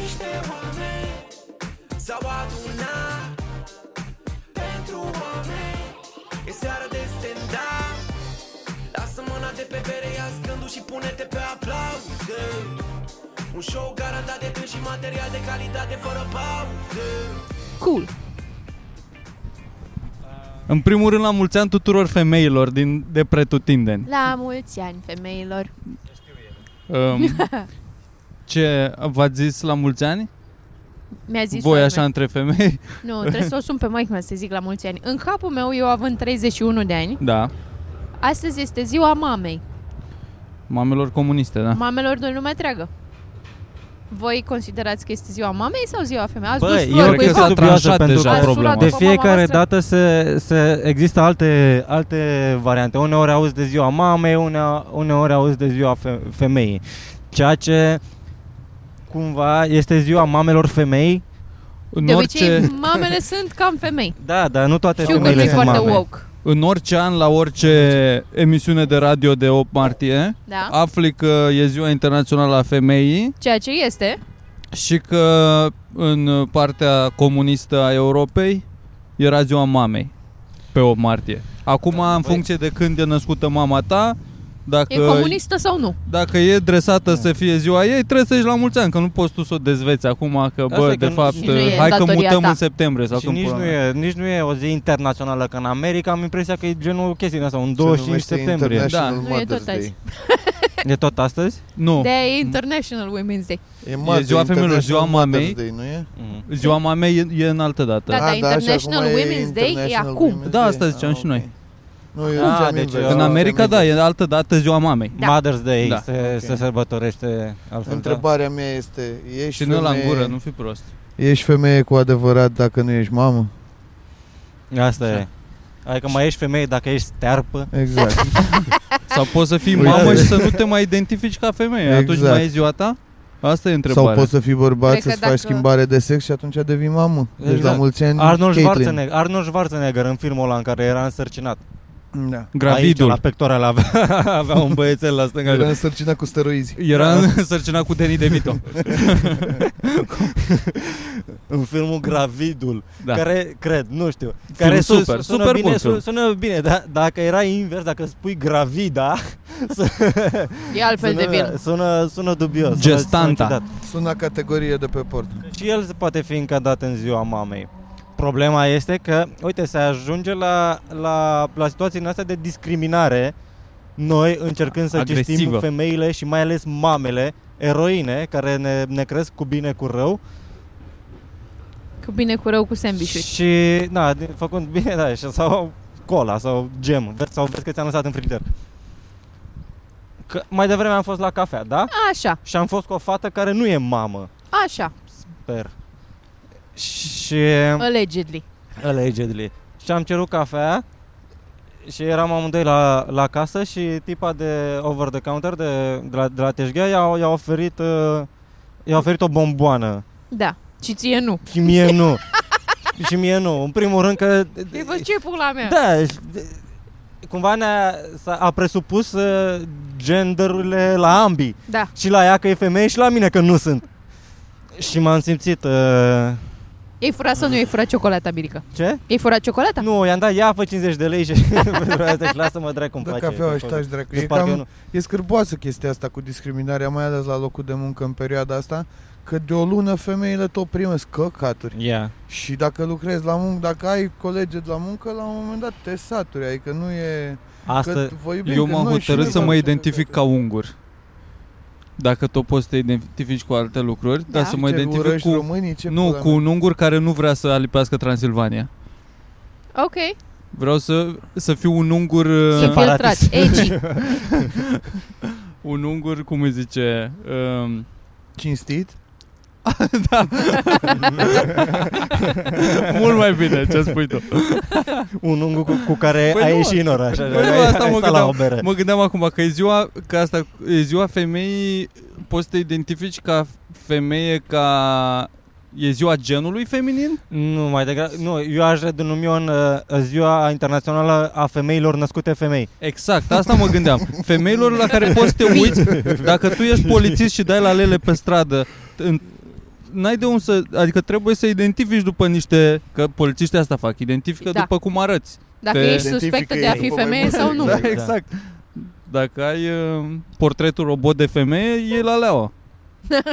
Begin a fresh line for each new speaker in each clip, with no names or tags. niște oameni S-au adunat pentru oameni E seara de stand-up Lasă mâna de pe bere, ia scându și pune-te pe aplauze Un show garantat de tâns și material de calitate fără pauze
Cool.
În primul rând, la mulți ani tuturor femeilor din, de pretutindeni.
La mulți ani, femeilor.
Um, ce v-ați zis la mulți ani?
Mi-a zis
Voi
oameni.
așa între femei?
Nu, trebuie să o sun pe maică mea să zic la mulți ani. În capul meu, eu având 31 de ani,
Da.
astăzi este ziua mamei.
Mamelor comuniste, da.
Mamelor din lumea întreagă. Voi considerați că este ziua mamei sau ziua femeii? Ați
Bă,
dus
eu
flori
cred
cu
că
capul?
sunt dubioasă pentru
că
deja
Ați
problema. Deci,
sunat-o pe
De fiecare
mama
dată se, se există alte, alte variante. Uneori auzi de ziua mamei, une- uneori auzi de ziua fe- femeii. Ceea ce cumva este ziua mamelor femei.
În
De
orice,
obicei, mamele sunt cam femei.
Da, dar nu toate
Știu că
femeile
e
sunt
foarte
mame.
woke.
în orice an, la orice emisiune de radio de 8 martie,
Da?
afli că e ziua internațională a femeii
Ceea ce este,
și că în partea comunistă a Europei era ziua mamei pe 8 martie. Acum, în
Da, Băi.
funcție de când e născută mama ta, dacă
e comunistă sau nu?
dacă e dresată
Da.
să fie ziua ei, trebuie să ieși la mulți ani, că nu poți tu să o dezveți acum, că
Asta
bă,
e
de
că nu-
fapt,
Și
nu e
hai că
datoria
mutăm
ta.
în septembrie sau
Și
când
nici
pula
nu,
mea.
e, nici nu e o zi internațională, că în America am impresia că e genul chestii din asta, un 25
numește
septembrie.
International
Da. Nu e
Mother's
tot azi.
Day.
E tot astăzi?
Nu,
De e International Women's Day.
E, Mother-
ziua femeilor, ziua
International
mamei.
Mother's Day, nu e?
Mm.
ziua mamei e, e în altă dată.
Da,
Ah,
dar
și acum
International
e
Women's Day e
International
acum.
Women's
Da,
Day.
asta ziceam
Ah,
și noi.
ok. Nu, eu
Ah,
ziceam
deci,
invers.
uh,
În America, da, e în altă dată ziua mamei.
Da.
Mother's Day
Da.
se, se sărbătorește altfel. da.
Întrebarea mea este,
Și
ești
nu la
femeie,
gură, nu fi prost.
ești femeie cu adevărat dacă nu ești mamă?
da. Asta e. Adică mai ești femeie dacă ești stearpă.
Exact.
Sau
Ah.
poți să fii
Uite.
mamă și să nu te mai identifici ca femeie. Atunci
Exact.
mai e ziua ta? Asta e
Sau
întrebarea.
poți să fii bărbat,
Cred că
să-ți faci
dacă-
schimbare de sex și atunci devii mamă. Deci
Exact.
la mulți ani,
Arnold
Caitlyn.
Schwarzenegger, Arnold Schwarzenegger în filmul ăla în care era însărcinat.
Da.
Gravidul.
Aici, la pectoral avea, avea un băiețel la stânga.
Era însărcinat cu steroizi.
Era însărcinat cu Denis DeVito.
În filmul Gravidul,
Da.
da. care, cred, nu știu, care su-
super,
sună
super
bine,
bun film.
su- sună bine, dar dacă era invers, dacă spui Gravida,
E altfel de
sună,
film.
sună, sună dubios. sună-
Gestanta.
Sună ciudat.
Suna categorie de pe port.
și el se poate fi încadrat în ziua mamei. Problema este că, uite, se ajunge la, la, la situații în astea de discriminare, noi încercând să
Agresivă.
gestim femeile și mai ales mamele, eroine, care ne, ne cresc cu bine, cu rău,
Cu bine cu rău cu sandvișuri.
Și, da, de- făcând bine, da, și sau cola sau gem, vezi, sau vezi că ți-am lăsat în frigider. Că mai devreme am fost la cafea, da?
Așa,
Și am fost cu o fată care nu e mamă,
așa,
sper. Și...
allegedly.
Allegedly. Și am cerut cafea și eram amândoi la, la casă și tipa de over the counter de, de la, de la Teșghea i-a, i-a oferit uh, i-a oferit o bomboană.
Da. Și ție nu.
Și mie nu. și mie nu. În primul rând că
Păi vă ce pula mea?
Da, și- de- cumva ne-a s-a, a presupus uh, genderurile la ambii.
da.
Și la ea că e femeie și la mine că nu sunt. Și m-am simțit... Uh,
Ei furat sau nu ei furat ciocolata, Birica?
ce?
Ei furat ciocolata?
Nu, i-am dat, ia fă 50 de lei și pentru asta și lasă-mă dracu cum
Da,
face.
cafeaua și taci dracu. E,
Și Deci parcă
cam,
nu.
e scârboasă chestia asta cu discriminarea, mai ales la locul de muncă în perioada asta, că de o lună femeile tot primesc căcaturi.
Yeah.
Și dacă lucrezi la muncă, dacă ai colegi de la muncă, la un moment dat te saturi, adică nu e...
Asta,
că vă iubim,
Eu
că
m-am
noi și
hotărât
noi
să mă
facem
identific ca
căcaturi.
ungur. Dacă tot poți să te identifici cu alte lucruri,
Da.
dar să mă
Ce,
identific
urăști
cu...
Românii, ce
Nu,
pula
cu un ungur care nu vrea să alipească Transilvania.
Ok.
Vreau să, să fiu un ungur...
Să
uh,
fie-
filtrați.
Separatist.
Egi.
Un ungur, cum îi zice... Um,
mea? Cinstit?
mult mai bine ce spui tu.
un ungu cu, cu care
Păi
ai
nu,
ieșit în oraș. așa,
Bă, nu,
ai-
asta
ai
mă
stat la o
gândeam,
bere.
mă gândeam acum, că e ziua, că asta, e ziua femeii, poți să te identifici ca femeie, ca... E ziua genului feminin?
Nu, mai degrabă. Nu, eu aș denumi o în uh, ziua internațională a femeilor născute femei.
Exact, asta mă gândeam. Femeilor la care poți să te uiți, dacă tu ești polițist și dai la lele pe stradă, în n-ai de unde să... Adică trebuie să identifici după niște... Că polițiștii asta fac, identifică
Da.
după cum arăți.
Dacă
Te-
ești suspectă de a fi
Identifică ei
femeie
după
sau nu.
memorie.
Da, exact. Dacă ai uh, portretul robot de femeie, e la leaua.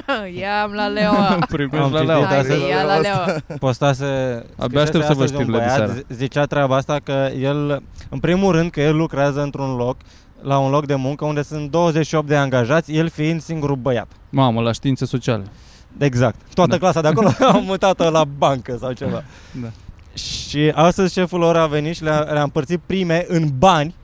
Ia-mi la Leoa.
Primești
Am
la
citit,
leaua.
da.
Hai, ia la Leoa.
postase... scrisese
aștept să vă
astăzi un
știrile de
băiat,
seară.
zi- Zicea treaba asta că el, în primul rând, că el lucrează într-un loc, la un loc de muncă unde sunt 28 de angajați, el fiind singurul băiat.
Mamă, la științe sociale.
Exact.
Da.
Toată da. clasa de acolo a mutat la bancă sau ceva.
Da.
Și astăzi șeful lor a venit și le-a, le-a împărțit prime în bani,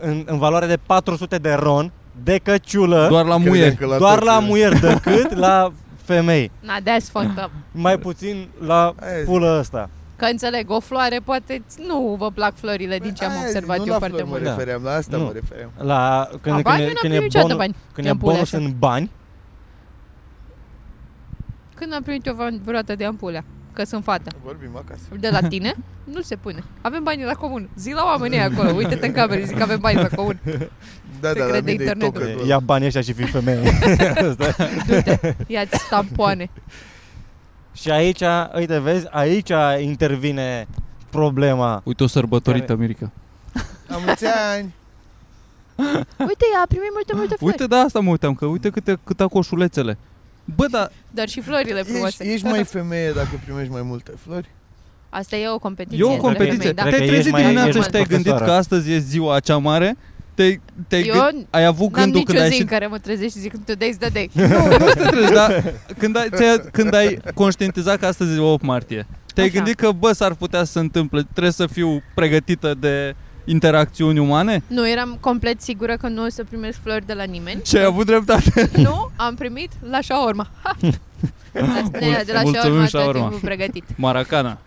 în, în valoare de 400 de ron, de căciulă, doar,
Doar la
Credeam
muieri.
că
doar
toți
la
e-
muier, decât la femei.
Na, that's fucked up.
Mai puțin la
Aia zi.
pulă ăsta.
Că înțeleg, o floare poate nu vă plac florile din ce am
Păi Aia zi,
observat eu foarte
Nu la flori
mult.
mă refeream, la
Da.
asta
Nu.
mă refeream.
La, când,
A, bani, eu n-am
când, când,
primit
e
niciodată
bonus,
bani.
când e
În pula,
bonus
așa.
în bani,
Când am primit eu vreodată de ampulea? Că sunt fată.
Vorbim acasă.
De la tine? Nu se pune. Avem bani la comun. Zi la oamenii acolo. Uite-te în camere, zic că avem bani la comun.
Da,
Se
da, la
crede
mine e
internetul.
tocă doar.
ia banii ăștia și fii femeie.
Ia-ți tampoane.
și aici, uite, vezi, aici intervine problema.
Uite o sărbătorită,
Care-
Mirica.
Am mulți ani.
Uite, ea a primit multe, multe flori.
Uite, da, asta mă uitam, că uite câte, câte coșulețele. Bă, da, dar
Dar și florile
Ești,
frumoase.
ești mai femeie dacă primești mai multe flori.
Asta e o competiție.
e o
între
competiție.
femei, da.
Cred că
Te-ai
ești
trezit
mai-
dimineața
ești
și te-ai
mai
gândit că
profesoară.
astăzi e ziua cea mare? Te-ai, te-ai
Eu
gând- ai avut
N-am
gândul
nicio
când
zi
ai
în
ieșit
care mă trezesc și zic da, today's the day.
Nu, nu te treci, dar când ai, ți-ai, când ai conștientizat că astăzi e 8 martie, te-ai
Așa.
gândit că, bă, s-ar putea să se întâmple, trebuie să fiu pregătită de interacțiuni umane?
Nu, eram complet sigură că nu o să primesc flori de la nimeni.
Ce ai avut dreptate?
Nu, am primit la shawarma. Ha! Asta, de la
Mulțumim,
shawarma, tot
shawarma.
timpul pregătit.
Maracana.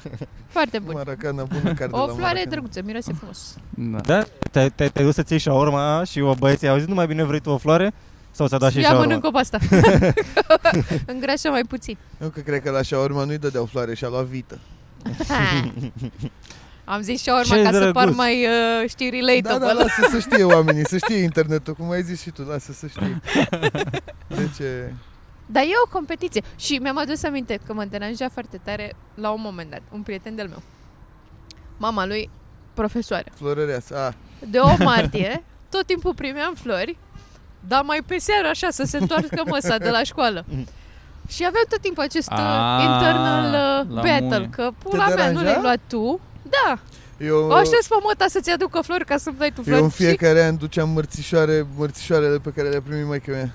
Foarte bun.
Maracana, bună carte
O
la
floare
Maracana.
drăguță, miroase frumos.
Da.
Da? Te-ai te, te dus să-ți iei șaorma și o băieți au zis, nu mai bine vrei tu o floare? Sau să da și
Ia
șaorma?
mănânc-o pe asta. Îngrașă mai puțin.
Nu că cred că la șaorma nu-i dădeau floare și a luat vită.
Am zis shawarma
Ce
ca să par
drăguț.
mai uh, știi
Da,
relatable.
da, lasă să știe oamenii, să știe internetul, cum ai zis și tu, lasă să știe. De ce?
Dar e o competiție. Și mi-am adus aminte că mă deranja foarte tare la un moment dat. Un prieten de-al meu. Mama lui, profesoară.
Florăreasă. A,
De 8 martie, tot timpul primeam flori, dar mai pe seară așa să se întoarcă măsa de la școală. Și aveam tot timpul acest uh,
Ah,
internal uh,
la
battle,
muie.
că pula mea nu
deranja?
le-ai luat tu. Da,
eu,
o aștept pe măta să-ți aducă flori ca să-mi dai tu flori.
eu în
Și,
fiecare an duceam mărțișoare, mărțișoarele pe care le-a primit maică mea.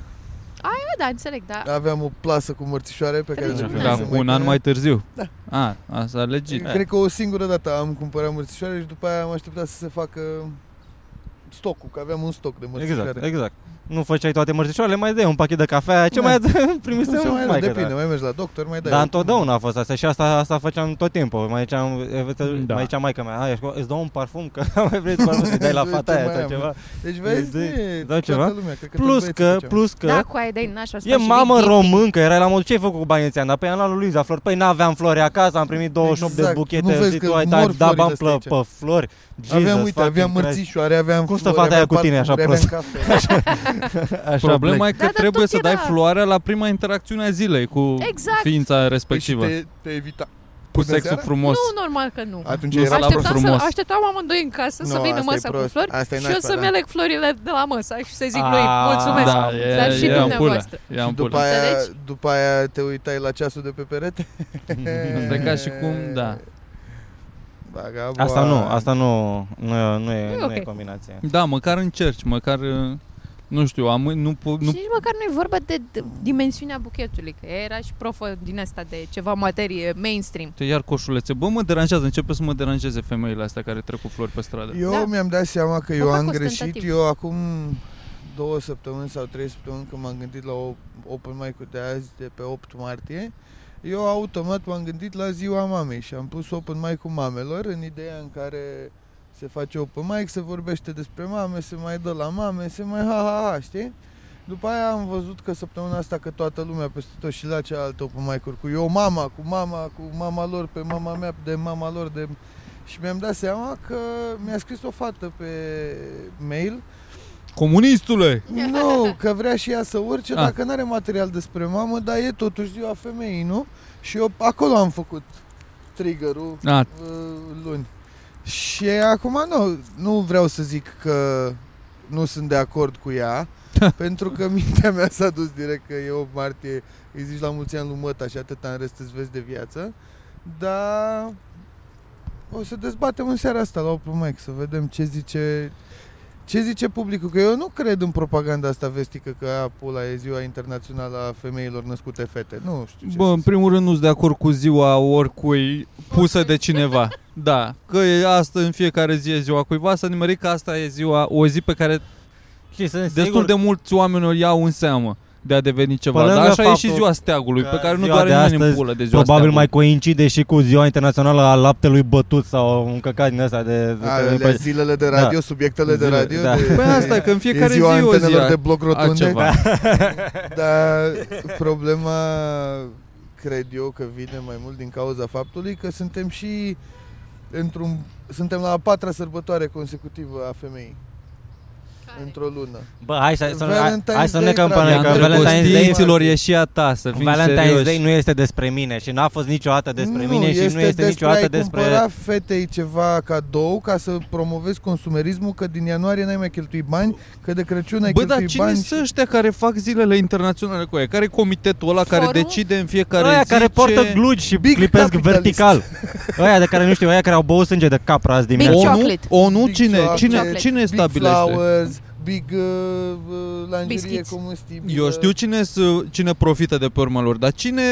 bă, da, înțeleg, da.
Aveam o plasă cu mărțișoare pe care le
Treci un
primise
Da,
maică
un an
mea.
mai târziu. Da. A, asta legit.
Cred că o singură dată am cumpărat mărțișoare și după aia am așteptat să se facă stocul, că aveam un stoc de mărțișoare.
Exact, exact. Nu făceai toate mărțișoarele, mai dai un pachet de cafea, ce
Da.
mai primise
Nu se mai
mai
mai depinde, mai mergi la doctor, mai
da.
dai.
Dar
o-
întotdeauna a fost asta și asta, asta făceam tot timpul. Mai ziceam,
Da.
da. mai zicea maica mea, hai, îți dau un parfum, că mai vrei parfum să dai la
Ce
fata aia
mai
sau
am,
ceva.
Deci vezi,
Îi dai-
e
da,
toată
ceva.
lumea, cred că toți
Plus
băieții
că,
făceau.
plus că,
Da, cu aia dai nașpa.
E mamă româncă, era la modul ce ai făcut cu banii ăia? Dar pe am luat lui Luiza flori. Păi n-aveam flori acasă, am primit 28
Exact.
de
Nu
buchete
vezi
și
că
tu ai
mor
dat, da
florile
bani
astea
pe,
aici.
pe flori. Jesus
Aveam, uite, aveam
fucking Christ.
mărțișoare, aveam
Cum stă
flori,
fata
aveam
aia cu tine
parfumuri,
așa
aveam cafe.
Așa
Problema
plec.
e
Da,
că
dar
trebuie
tot
să
era-
dai floarea la prima interacțiune a zilei cu
Exact.
ființa
Păi și
respectivă,
te, te evita.
cu
Până
sexul
seara?
frumos.
Nu, normal că nu.
Atunci
Nu,
era
la
Așteptam,
prost
să,
frumos.
așteptam amândoi în casă să
Nu,
vină
asta e
masa cu
prost.
flori
Asta e
și eu
nașpa,
să-mi
da.
aleg florile de la masă și să zic lui,
A,
mulțumesc.
Da, e,
Dar și
e în pulă.
dumneavoastră.
E în
Și după
pulă.
aia,
Înțelegi?
după aia te uitai la ceasul de pe perete?
Asta e ca și cum, da.
Vagabond.
Asta nu, asta nu, nu, nu, e,
E
nu e
ok.
combinație.
Da, măcar încerci, măcar, uh, nu știu, am, nu, po-
Nu.
nu
Și nici măcar nu e vorba de de dimensiunea buchetului, că era și profă din asta de ceva materie mainstream.
Te iar coșulețe. Bă, mă deranjează, începe să mă deranjeze femeile astea care trec cu flori pe stradă.
Eu
Da.
mi-am dat seama că eu
fac
am
ostentativ.
greșit. Eu acum două săptămâni sau trei săptămâni când m-am gândit la o- open mic de azi de pe 8 martie, eu automat m-am gândit la ziua mamei și am pus open mic cu mamelor în ideea în care se face open mic, se vorbește despre mame, se mai dă la mame, se mai ha ha ha, știi? După aia am văzut că săptămâna asta că toată lumea peste tot și la cealaltă open mic-uri cu eu mama, cu mama, cu mama lor, pe mama mea, de mama lor, de și mi-am dat seama că mi-a scris o fată pe mail
Comunistule!
Nu, că vrea și ea să urce,
Ah.
dacă nu are material despre mamă, dar e totuși ziua femeii, nu? Și eu acolo am făcut trigger-ul
A,
uh, luni. Și acum nu, nu vreau să zic că nu sunt de acord cu ea, pentru că mintea mea s-a dus direct că e 8 martie, îi zici la mulți ani lui Măta și atâta în rest îți vezi de viață, dar o să dezbatem în seara asta la Open Mic, să vedem ce zice ce zice publicul, că eu nu cred în propaganda asta vestică că a pula e ziua internațională a femeilor născute fete. Nu știu ce
bă,
să
în
zic.
primul rând nu sunt de acord cu ziua oricui pusă de cineva. Da, că e asta în fiecare zi e ziua cuiva, să nimerim că asta e ziua, o zi pe care
Și sunt
destul de mulți oameni o iau în seamă de a deveni
Pe
ceva.
lângă
Dar așa e și
faptul
ziua steagului,
că
pe care nu
ziua
doare
de
nimeni în
astăzi
pulă de ziua
Probabil mai
steagului.
coincide și cu ziua internațională a laptelui bătut sau un căcat din ăsta de... păi- de, de,
Alea, zilele de radio, subiectele de
Zile,
radio.
da.
De,
Păi asta e că în
E
fiecare zi
ziua
e o zi
antenelor
a-
de bloc rotunde,
altceva.
dar problema cred eu că vine mai mult din cauza faptului că suntem și într-un suntem la a patra sărbătoare consecutivă a femeii într-o lună.
Bă, hai să, să, hai,
Valentine's
hai să ne
Day,
căm
frate.
până că
Am
Valentine's Day...
Îndrăgostiților e și a ta, să fim
Valentine's
serioși.
Day nu este despre mine și n-a fost niciodată despre mine și nu este
despre
niciodată
ai
despre...
cumpăra fetei ceva cadou ca să promovezi consumerismul că din ianuarie n-ai mai cheltuit bani, că de Crăciun ai
Bă, dar
cheltuit
cine
bani.
sunt ăștia care fac zilele internaționale cu aia? Care e comitetul ăla care
Forumul?
decide în fiecare
Care aia
zi
care
ce-
poartă glugi și
Big
clipesc
capitalist.
vertical. aia de care nu știu, aia care au băut sânge de capra azi
Big
dimineața.
Chocolate.
ONU? ONU?
Big
Cine,
chocolate,
cine, cine
Big
stabilește?
flowers, big uh, uh, lingerie
Biscuiți.
comestibilă.
Adică-
Eu știu cine, s- cine profită de pe urma lor, dar cine...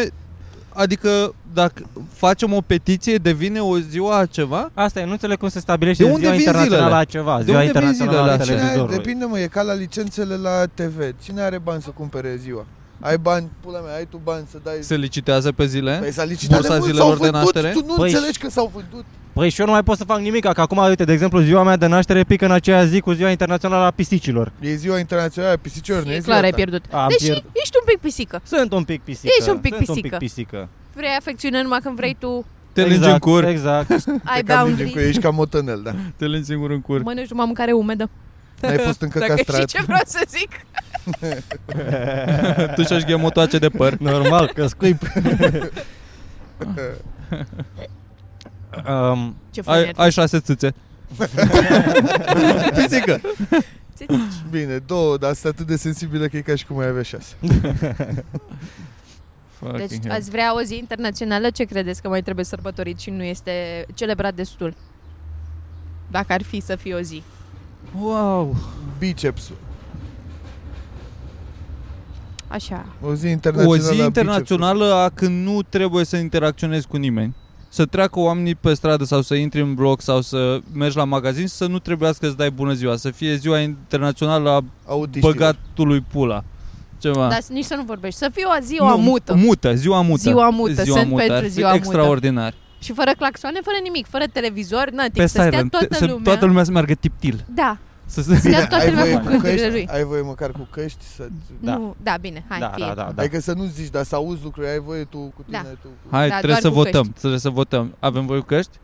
Adică dacă facem o petiție, devine o ziua a ceva?
Asta e, nu înțeleg cum se stabilește
De unde
ziua
vin
internațională
zilele?
a ceva,
De
ziua
unde vin
internațională
zilele
a
astea?
Cine are,
televizorului.
depinde mă, e ca la licențele la TV. Cine are bani să cumpere ziua? Ai bani, pula mea, ai tu bani să dai...
Se licitează pe
Păi
zile?
s-a licitat
Bursa
de mult,
zilelor
s-au
de
vândut,
naștere?
Tu nu
Păi,
înțelegi că s-au vândut.
Păi și eu nu mai pot să fac nimic, că acum, uite, de exemplu, ziua mea de naștere pică în aceea zi cu ziua internațională a pisicilor.
E ziua internațională a pisicilor, nu e
E
ziua
clar, ai
ta.
pierdut.
Am
Deși
pierd-
ești un pic pisică.
Sunt un pic pisică.
Ești un pic
sunt
pisică.
Un pic pisică.
Vrei afecțiune numai când vrei tu,
Te lingi în cur,
Exact.
ai
Te cam vingem cu ei,
boundaries,
ești ca motonel, da.
te lingi singur în cur.
mănânci numai mâncare umedă.
N-ai fost încă
Dacă
castrat.
știi ce vreau să zic.
tu și-aș ghemotoace de păr.
Normal că scuip. um,
Ce
Ai,
funier.
ai șase țâțe.
Pisică.
Ce
Bine, două, dar sunt atât de sensibilă că e ca și cum ai avea șase.
Fucking
Deci
hell.
ați vrea o zi internațională, ce credeți că mai trebuie sărbătorit și nu este celebrat destul? Dacă ar fi să fie o zi.
Wow.
Biceps.
Așa.
O zi
O
internațională
zi
a
internațională a când nu trebuie să interacționezi cu nimeni. Să treacă oamenii pe stradă sau să intri în bloc sau să mergi la magazin și să nu trebuiască să dai bună ziua. Să fie ziua internațională a
bicepsului. Autiștilor.
băgatului pula. Ceva.
Dar nici să nu vorbești. Să fie o zi o mută.
Mută, ziua mută.
Ziua mută,
ziua
sunt
mută. ar
pentru
fi
ziua mută.
extraordinar.
și fără claxoane, fără nimic, fără televizor, nothing.
Pe
să stea
siren,
toată
să,
lumea.
toată lumea să meargă tiptil.
Da,
Să se...
stea toată
Ai voie
lumea cu
cu
gândurile lui.
căști? Ai voie măcar cu căști să...
Da.
Nu, da, bine, hai,
da,
fie.
da, da,
Da.
da.
Adică să nu zici, dar să auzi lucruri, ai voie tu cu tine,
Da.
tu cu...
Hai,
Da,
trebuie
doar
să
cu
votăm.
căști.
Trebuie să votăm. Avem voi cu căști?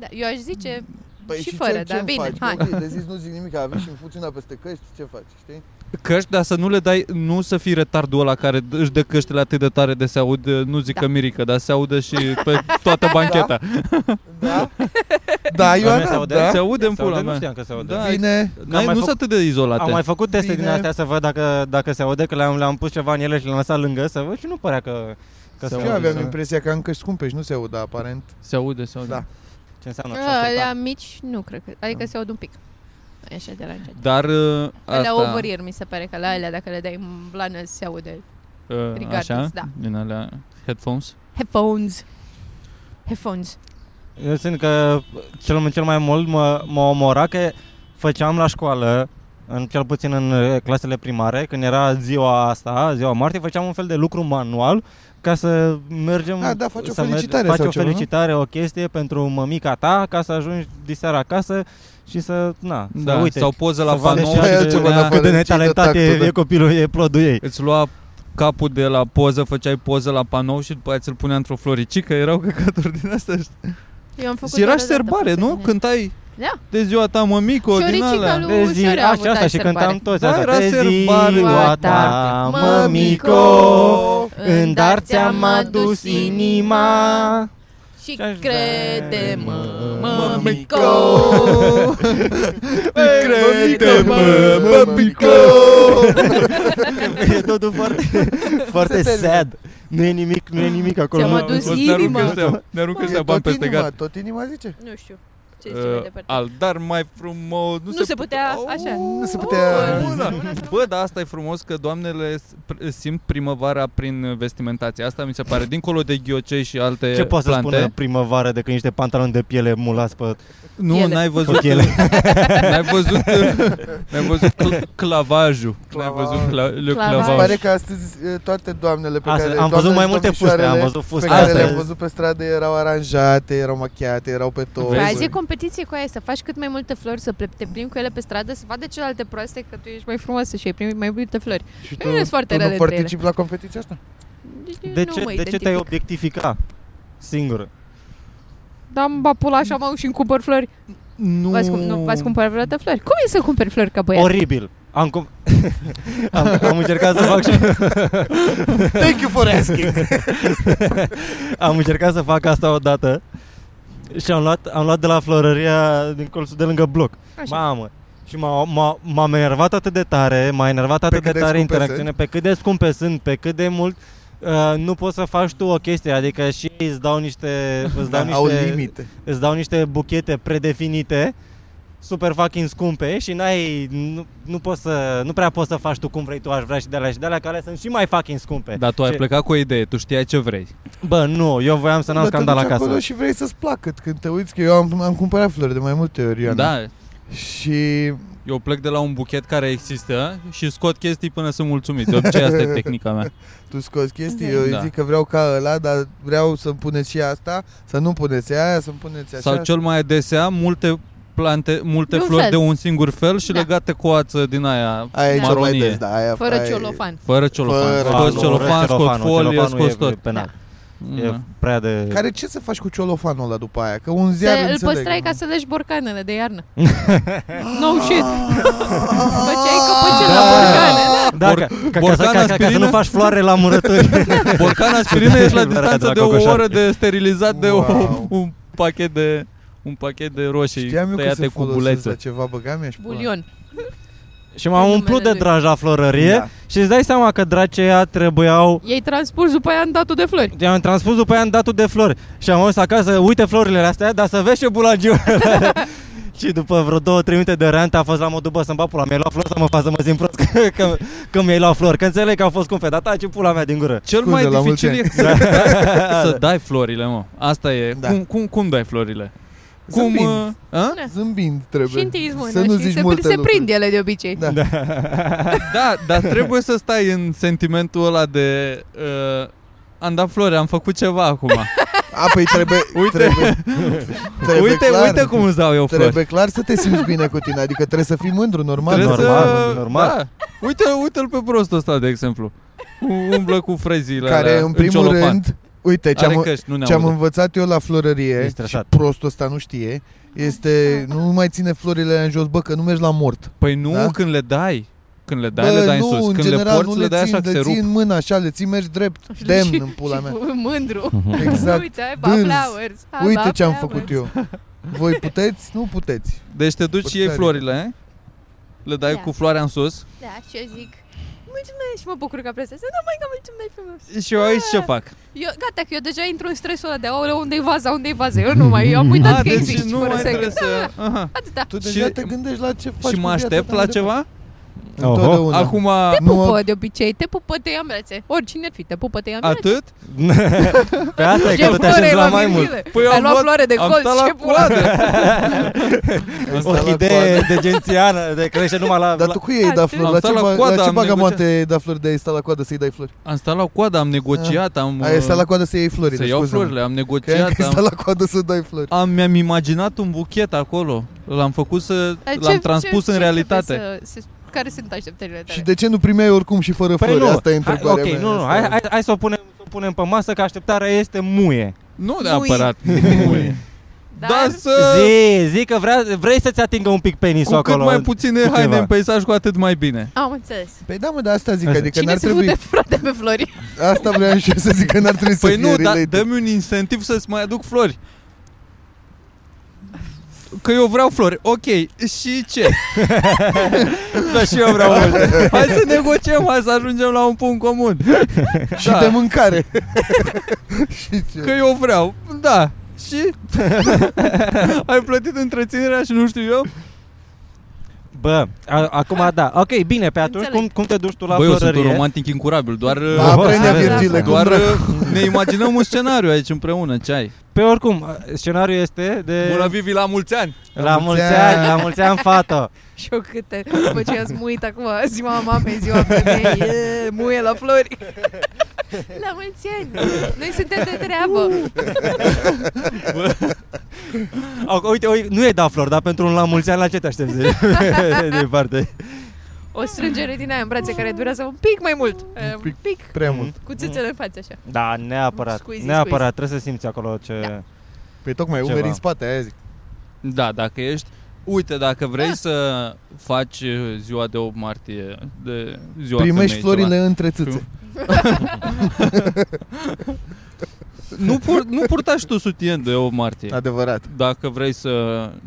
Da, eu aș zice,
Mm,
Păi
Și
și,
fără,
ce,
dar
ce-mi
bine,
faci?
hai.
Ok, de zis nu zic nimic, avem și funcționa peste căști, ce faci, știi?
Căști, dar să nu le dai, nu să fii retardul ăla care d- își dă căștile atât de tare de se aud, nu zic
Da.
că mirică, dar se audă și pe toată bancheta.
Da? da,
Doamne, se
Ioana,
aude?
da?
Se aude în pula
Nu
mea.
știam că se aude.
Da,
Bine,
N-ai,
mai
nu
făcut-
sunt atât de
Am
izolate.
mai făcut teste
Bine.
din astea să văd dacă, dacă se aude, că le-am, le-am pus ceva în ele și le-am lăsat lângă să văd și nu părea că, că se
și
aude.
eu aveam
să-
impresia că am căști scumpe și nu se audă aparent.
Se aude, se aude.
Da.
Ce înseamnă așa?
la
Da.
mici, nu cred că, adică se aud un pic. Așa de la început.
Dar uh,
Alea
asta...
over mi se pare că la alea, dacă le dai în blană, se aude.
Uh,
regardless,
așa,
da.
din alea headphones.
Headphones. Headphones.
Eu simt că cel, cel mai mult mă, mă omora că făceam la școală, în, cel puțin în uh, clasele primare, când era ziua asta, ziua martie, făceam un fel de lucru manual ca să mergem...
Ah, da, faci o
să merg-
felicitare
faci
sau
o
ceva, nu?
felicitare, o chestie pentru mămica ta ca să ajungi diseară acasă și să, na,
Da,
să uite.
sau poză la
să vadă
panou
și
și
aia
se
ceva
punea-
la
cât de
Valentina
netalentat e,
Tactu, da.
e copilul, e plodul ei.
Îți lua capul de la poză, făceai poză la panou și după aia ți-l punea într-o floricică, erau căcaturi din astea.
Eu am făcut
Și era
doar
și
o dată
serbare,
pe
nu?
mine.
Cântai
Da.
De ziua ta, mămico, din
Cioricica
alea.
lui-
De zi,
ușor am
a, și
avut
asta și
sărbare.
cântam toți
Da,
asta.
era
De zi,
sărbare,
ziua ta,
ta,
mămico, Oh!
mămico,
în dar ți-am adus inima.
Și
Ce-aș vrea,
crede-mă,
mă,
mămico
Crede-mă,
mă,
mămico!
E totul foarte, foarte
Se termină.
sad. Nu e nimic, nu e nimic acolo.
Ți-am
nu-
adus
nu-
O să ne aruncă
inima.
ăștia- Ne aruncă
E
ăștia bani
tot
peste
inima,
gard.
tot inima zice?
Nu știu ce zice mai
Uh,
departe
al dar mai frumos
Nu se putea așa.
Nu se
Oh,
putea-
bună,
Bună.
bună, bună.
Bă, dar asta e frumos că doamnele s- pr- simt primăvara prin vestimentație. Asta mi se pare, dincolo de ghiocei și alte
Ce poate să
plante.
spună primăvară decât niște pantaloni de piele mulați pe
Nu,
Ele.
n-ai văzut,
cochele?
n-ai văzut, n-ai văzut cl- clavajul. N-ai văzut cla- le
Clavaj.
Pare
clavaj.
că astăzi e, toate doamnele pe
Asta-
care
am văzut
doamnele
mai
și
multe fuste,
domnișoarele
am văzut fuste
Pe care
astăzi.
le-am văzut pe stradă erau aranjate, erau machiate, erau pe tot
Vezi?
Azi e competiție cu aia, să faci cât mai multe flori, să ple- te plimbi cu ele pe stradă, să vadă celelalte proaste că tu ești mai frumoasă și ai primit mai multe flori.
Și
Nu ești foarte
tu
rele
nu
între ele.
participi la competiția asta?
Deci
De
nu
ce,
mă
de ce
identific.
te-ai obiectifica? Singur.
Da, mă bapula așa, mă, și îmi cumpăr flori.
Nu.
V-ați, cum, nu, v-ați cumpărat vreodată flori? Cum e să cumperi flori ca băiat?
Oribil. Am, cum... am, am încercat să fac și...
Thank you for asking!
am încercat să fac asta odată și am luat, am luat de la florăria din colțul de lângă bloc.
Așa.
Mamă. Și m-a, m-a, m-am enervat atât de tare, m-a enervat atât de
cât de
tare
scumpe
interacțiunea, pe cât de scumpe sunt, pe cât de mult uh, nu poți să faci tu o chestie, adică și ei îți dau niște, îți
Da,
dau
Da, Au
niște,
limite.
îți dau niște buchete predefinite, super fucking scumpe și n-ai, nu, nu, poți să, nu prea poți să faci tu cum vrei tu, aș vrea și de alea și de alea care sunt și mai fucking scumpe.
Da.
Dar tu ai
Ce-
plecat cu o idee, tu știai ce vrei.
Bă, nu, eu voiam să n-am
Dar te
scandal
duci
acasă.
acolo și vrei să-ți placă când te uiți că eu am, am cumpărat flori de mai multe ori, Ioana.
Da,
Și
eu plec de la un buchet care există și scot chestii până sunt mulțumit. De obicei asta e tehnica mea.
tu scoți chestii,
Da.
eu
Da.
da. zic că vreau ca ăla, dar vreau să-mi puneți și asta, să nu puneți aia, să-mi puneți așa.
Sau cel mai adesea, multe plante, multe
De un
flori
fel.
de un singur fel și
Da.
legate cu ață din aia
Aia e cel mai
maronie.
des, da, aia
Fără
aia e-
ciolofan.
Fără celofan.
Fără
Scos
Scoți
celofan, scot folie, scos tot.
penal.
Mm.
E prea de...
Care ce să faci cu ciolofanul ăla după aia? Că un ziar
Să îl
înțeleg,
păstrai
nu?
ca să legi borcanele de iarnă. no shit. Făceai
Ah!
căpăcel la
Da.
borcane, da.
Da,
Bor-
ca, ca, ca,
borcana
să, ca, ca, ca să
aspirină?
nu faci floare la murături.
Borcan aspirină ești la
Era de
distanță
la
de o
Cocoșar.
oră de sterilizat de o,
Wow.
un pachet de un pachet de roșii
Știam eu că
tăiate
se
cu
folosesc deci, la
bulețe.
ceva, băga mi
Bulion.
și m-am
În
umplut
numele lui.
de draj la florărie
Da.
și îți dai seama că draceia trebuiau...
Ei transpus după aia în datul de flori.
I-am transpus după aia în datul de flori și am ajuns acasă, uite florile astea, dar să vezi ce bulagiu Și după vreo două, trei minute de rant a fost la modul, bă, să-mi bag pula, mi-ai luat flori să mă fac să mă simt prost că, că, că mi-ai luat flori, că înțeleg că au fost cumpe, dar taci pula mea din gură.
Cel
Scuze,
mai
la
dificil
mulți
e să, să dai florile, mă. Asta e.
Da.
Cum, cum, cum dai florile? Cum...
Zâmbind.
uh, a?
Da.
Zâmbind
Și
trebuie.
întinzi
să
mâna
nu
și
zici
se,
multe
se
lucruri.
prind ele de obicei.
Da. da.
Da, dar trebuie să stai în sentimentul ăla de... Uh, am dat flori, am făcut ceva acum.
A, păi trebuie...
Uite.
trebuie, trebuie
uite,
clar,
uite cum îți dau eu flori.
Trebuie clar să te simți bine cu tine, adică trebuie să fii mândru, normal.
Trebuie
normal,
să...
normal.
Da. Uite, uite-l pe prostul ăsta, de exemplu. U- Umblă cu frezile
Care,
alea,
în primul
ciolofan.
rând, uite, ce
Are
am,
căști, nu ne
ce am
audă.
învățat eu la
E
florărie, și
stresat.
prostul ăsta nu știe, este, nu mai ține florile în jos, bă, că nu mergi la mort.
Păi nu
Da?
când le dai. Când le dai,
bă,
Da, le dai
nu,
în sus.
în
Când
general
le porți,
nu
le dai
țin,
așa că
le
se
țin
rup.
mâna așa, le ții, mergi drept, demn în pula mea.
Și mândru.
Exact.
Uite, ai
Dânz.
flowers. I
Uite
love
ce am
flowers.
făcut eu. Voi puteți? Nu puteți.
Deci te duci și iei
Păsările.
florile, le dai
Da.
cu floarea în sus.
Da, și eu zic, mulțumesc și mă bucur că prezență. Nu mai că mulțumesc frumos.
Și eu aici ce fac?
Eu, gata, că eu deja intru în stresul ăla de aoleu, unde-i vaza, unde-i vaza. Eu nu mai, eu am
Da,
uitat
A,
că
deci
existi
nu
fără
mai
sex.
trebuie să... Aha.
Atâta.
Tu
Și-
deja te gândești la ce faci
Și
cu
mă
viața
aștept
ta
la
mai departe.
ceva?
Întotdeauna.
Acum...
Nu-
Pupă de obicei, te pupă, te ia în brațe. Oricine ar fi, te pupă, te ia în brațe.
Atât?
Pe asta e că te aștepți la mai mult.
Păi
Ai
am
luat
luat-
floare de
am
colț,
stat
ce
la
pula.
Ai
O
stat la
idee
coadă.
degențiană de crește numai la...
Dar
la-
tu cu ei ai dat
Atât.
flori?
Am
La
stat
ce,
la
ba,
coadă,
la ce
am
bagamoante
negociat.
ai dat flori de ai stat la coadă să-i dai flori?
Am stat la coadă, am negociat, am...
Ai stat la
uh,
coadă să iei flori.
Să iau florile, am
Că ai
negociat, am...
stat la coadă să dai flori.
Am, mi-am imaginat un buchet acolo. L-am făcut să... l-am transpus în realitate.
Care sunt așteptările tale?
Și de ce nu primeai oricum și fără
Păi
flori?
nu,
Asta e
Hai,
întrebarea
ok,
mea.
nu, nu,
Asta
hai,
e.
hai, hai să o punem, să o punem pe masă că așteptarea este muie.
Nu
Nu-i.
neapărat.
Dar
Dar da, să...
Zi, zi că vrea, vrei să-ți atingă un pic penisul
Cu cât
acolo.
mai puține
Cu
haine
ceva.
în peisaj, cu atât mai bine.
am înțeles.
Păi da, mă, dar asta zic,
Asta.
adică
Cine
n-ar
se
trebui...
fute frate pe flori?
Asta vreau și eu să zic că n-ar trebui să
Păi
fie
nu, dar
related.
dă-mi un incentiv să-ți mai aduc flori. Că eu vreau flori. Ok, și ce?
Da, și eu vreau mult.
Hai să negociem, hai să ajungem la un punct comun.
Și de mâncare. și ce?
Că eu vreau, da. Și ai plătit întreținerea și nu știu eu?
Bă, a, acum da. Ok, bine, pe atunci
Înțeleg.
cum, cum te duci tu la
Bă, eu sunt un
florărie?
romantic incurabil, doar
Da,
Bă,
aprinde
asta-
Virgile, cum
doar
doar...
ne imaginăm un scenariu aici împreună, ce ai?
Pe oricum, scenariul este de...
Bună Vivi, la mulți ani!
La mulți ani, la mulți ani, fată.
Și eu câte, după ce i-ați murit acum, ziua mamei, ziua femei, e, muie la flori. La mulți ani! Noi suntem de treabă!
Au- Uite, uite, nu e da flor, dar pentru un la mulți ani la ce te aștepți de, de parte?
O strângere din aia în brațe care durează un pic mai mult. Un pic,
pic.
pic
Prea mult.
cu țâțele în față așa.
Da, neapărat.
Squeezy,
neapărat,
squeezy.
trebuie să simți acolo ce...
Da.
Păi tocmai
Ceva.
umeri în spate, aia zic.
Da, dacă ești... Uite, dacă vrei
Da.
să faci eh, ziua de 8 martie, de ziua
Primești
femeii,
florile între țâțe.
ceva. Nu, pur, nu purta și tu sutien de 8 martie.
Adevărat.
Dacă vrei să
Da.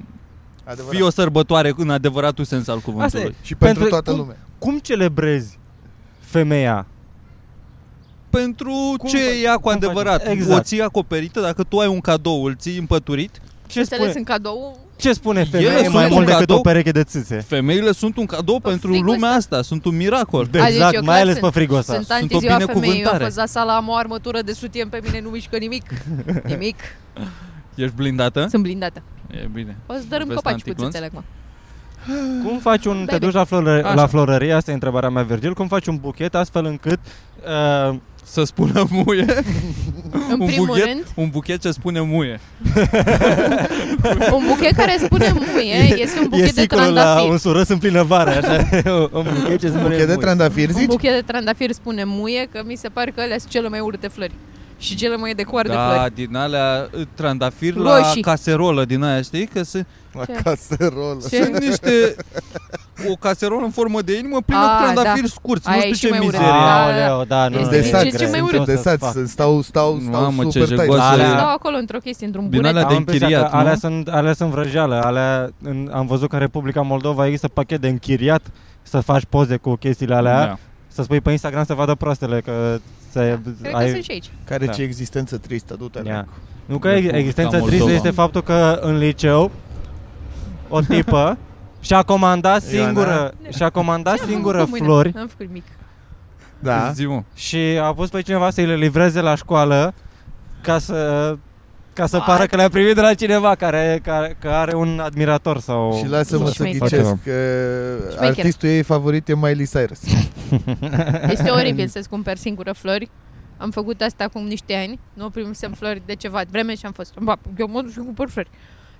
Adevărat.
fii o sărbătoare în adevăratul sens al cuvântului.
Asta e.
Și pentru,
Pentru-
toată
cum-
lumea.
Cum celebrezi femeia?
Pentru
Cum
ce
faci-
e ea cu
cum faci?
adevărat.
Exact.
O ții acoperită, dacă tu ai un cadou, îl ții împăturit.
Ce
Țâțele
spune,
sunt cadou.
ce spune femeia
sunt
mai
un
mult decât
cadou?
o pereche de țâțe?
Femeile sunt un cadou pentru
frigul
lumea asta, sunt un miracol.
A, deci
exact,
eu
mai
clar
ales
sunt-
pe frigul ăsta.
Sunt anti
o
ziua femeii, eu
binecuvântare.
am fost la sala, am o armătură de sutien pe mine, nu mișcă nimic. Nimic.
Ești blindată?
Sunt blindată.
E bine.
O să dărâm
Vezi
copaci cu
anticlonț?
țâțele acum.
Cum faci un... Te
Baby.
duci la, floră,
Așa.
la florărie, asta e întrebarea mea, Virgil, cum faci un buchet astfel încât... Uh,
Să spună muie.
În
un,
primul
buchet,
rând,
un buchet ce spune muie.
un buchet care spune muie este un buchet
e
de
sicurul la
trandafir.
un surăs în plină vară, așa, un buchet ce se
Buchet de trandafiri,
Un
zici?
buchet de trandafir spune muie, că mi se pare că alea sunt cele mai urâte flori. Și cele mai de coarde
Da,
flori.
din alea uh, trandafir la
Roșii.
caserolă din aia, știi? Că se,
La
Ce?
caserolă.
Ce?
sunt niște o caserolă în formă de inimă plină
A, da.
cu trandafiri scurți,
Aia
nu
e și
știu ce
mai urât.
mizerie.
Da,
Aoleu, da, nu,
Este
De
din
saci,
ce mai
sunt
urât.
de saci, sunt- stau, stau, stau
Mamă, ce
super
jegoasă
tight.
Da,
e.
da.
Stau acolo într-o chestie, într-un
Din
bunet.
alea de
Am impresia
închiriat,
că alea
nu?
sunt, alea sunt vrăjeală, alea, în, am văzut că în Republica Moldova există pachet de închiriat să faci poze cu chestiile alea,
Da.
să spui pe Instagram să vadă prostele că se,
Da. Cred că
ai,
sunt și aici.
Care
Da.
ce existență tristă, du-te.
Ia.
dracu.
Nu că
Republica
existența
Moldova.
tristă este faptul că în liceu o tipă și-a comandat
Ioana.
singură, și-a comandat
Ce am
singură
făcut cu mâine?
flori
N-am făcut nimic.
Da.
Zi, mă.
și a pus pe cineva să-i le livreze la școală ca să ca să pară că le-a primit de la cineva care, care că are un admirator sau
Și lasă-mă
Și
să
șmecher.
ghicesc că
Șmecher.
artistul ei favorit e Miley Cyrus.
Este oribil să-ți cumperi singură flori. Am făcut asta acum niște ani. Nu primisem flori de ceva vreme și am fost. Ba, eu mă duc și cumpăr flori.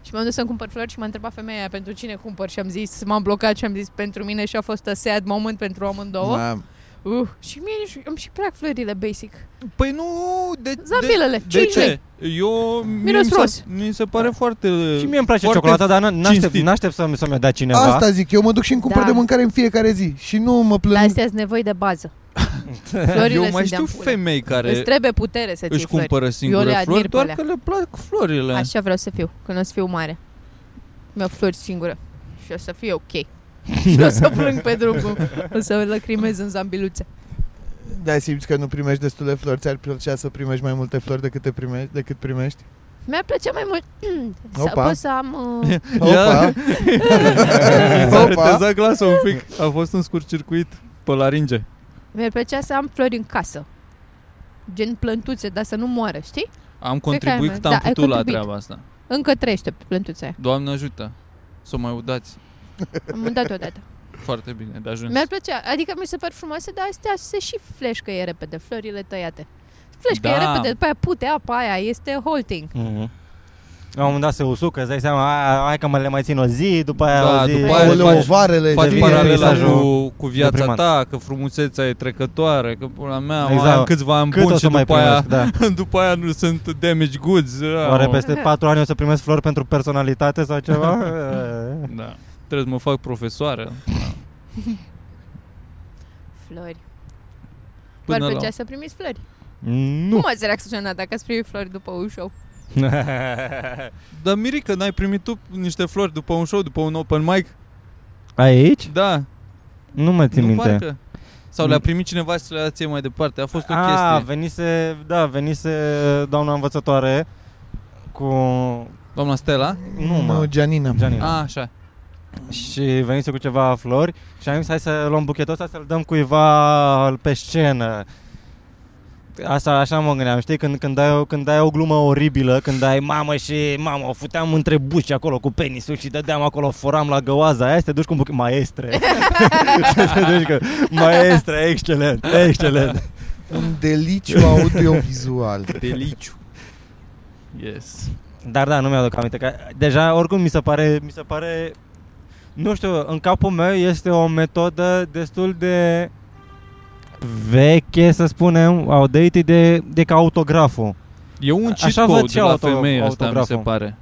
Și m-am dus să cumpăr flori și m-a întrebat femeia aia pentru cine cumpăr și am zis, m-am blocat și am zis pentru mine și a fost a sad moment pentru amândouă.
Mamă.
Uh, și mie nici- îmi și plac florile basic.
Păi nu, de,
Zambilele,
de, de
5
ce?
lei.
Eu, mie
Miros
mi,
ros.
se, mi se pare foarte...
Și mie îmi place
foarte
ciocolata, dar n- n-aștept,
cinstit.
n-aștept să-mi, să-mi o dea cineva.
Asta zic, eu mă duc și îmi cumpăr
Da.
de mâncare în fiecare zi și nu mă
Dar
plâng.
astea sunt nevoi de bază. Florile
Eu
sunt
mai
de
știu
ampule.
femei
Îți
care
trebuie putere să ții
își
flori.
cumpără
le
singure
admir
flori,
pe
doar
alea.
că le plac florile.
Așa vreau să fiu, când o să fiu mare. Mi-au flori singură și o să fie ok. și o să plâng pe drum, cu- o să lăcrimez în zambiluțe.
Da, simți că nu primești destule flori, ți-ar plăcea să primești mai multe flori decât, te primești, decât primești?
Mi-ar plăcea mai mult să
Opa.
pot să am... Uh,
Opa!
S-a
Opa!
retezat glasa un pic. A fost un scurt circuit pe laringe.
mi-ar plăcea să am flori în casă. Gen plântuțe, dar să nu moară, știi?
Am
ai
contribuit
mai-
cât am
da, ai
putut la
contribuit.
treaba asta.
Încă trăiește plântuța aia.
Doamne ajută să o mai udați.
Am dat odată.
Foarte bine, de ajuns.
Mi-ar plăcea, adică mi se par frumoase, dar astea se și fleșcă e repede, florile tăiate. Fleșcă e
Da.
repede, după aia pute apa aia, este halting.
Mhm. La un moment dat se usucă, îți dai seama, "A, hai că mă le mai țin o zi, după aia
Da,
o zi.
după aia
o
le
lună."
faci-
Oleovarele
Faci
de
vine
paralela
mesajul
cu, cu viața
primar.
ta, că frumusețea e trecătoare, că pula mea, exact.
Exact.
am câțiva ani
Cât
buni
o
și
să mai
după aia,
primesc, da.
după aia nu sunt damage goods. Ah,
Oare
mă.
peste patru ani o să primesc flori pentru personalitate sau ceva?
Da. Trebuie să mă fac profesoară.
Flori.
Până
V-ar
la...
plăcea să primiți flori.
nu.
Cum ați reacționat dacă ați primit flori după un show?
Dar Mirica, n-ai primit tu niște flori după un show, după un open mic?
Aici?
Da,
Nu mă țin
nu
minte. Mm.
parcă. Sau le-a primit cineva și le-a ție mai departe. A fost o
A,
chestie.
Ah, venise, da, venise doamna învățătoare cu...
Doamna Stella?
Nu,
Nu,
mă,
Gianina.
Gianina.
A, așa.
și venise cu ceva flori și am zis hai să luăm buchetul ăsta să-l dăm cuiva pe scenă. Asta așa mă gândeam, știi, când, când, ai, o- când ai o glumă oribilă, când ai mamă și mamă, o futeam între buci acolo cu penisul și dădeam acolo, foram la găoaza aia, să te duci cu un buchet, maestre. să te duci cu, maestre, excelent, excelent.
Un deliciu audiovizual.
Deliciu. Yes.
Dar da, nu mi-aduc aminte că deja oricum mi se pare, mi se pare nu știu, în capul meu este o metodă destul de veche, să spunem, outdated de, de ca autograful.
E un
Așa
cheat code
văd și
de la
auto-
femei, asta mi se
autograful.
pare.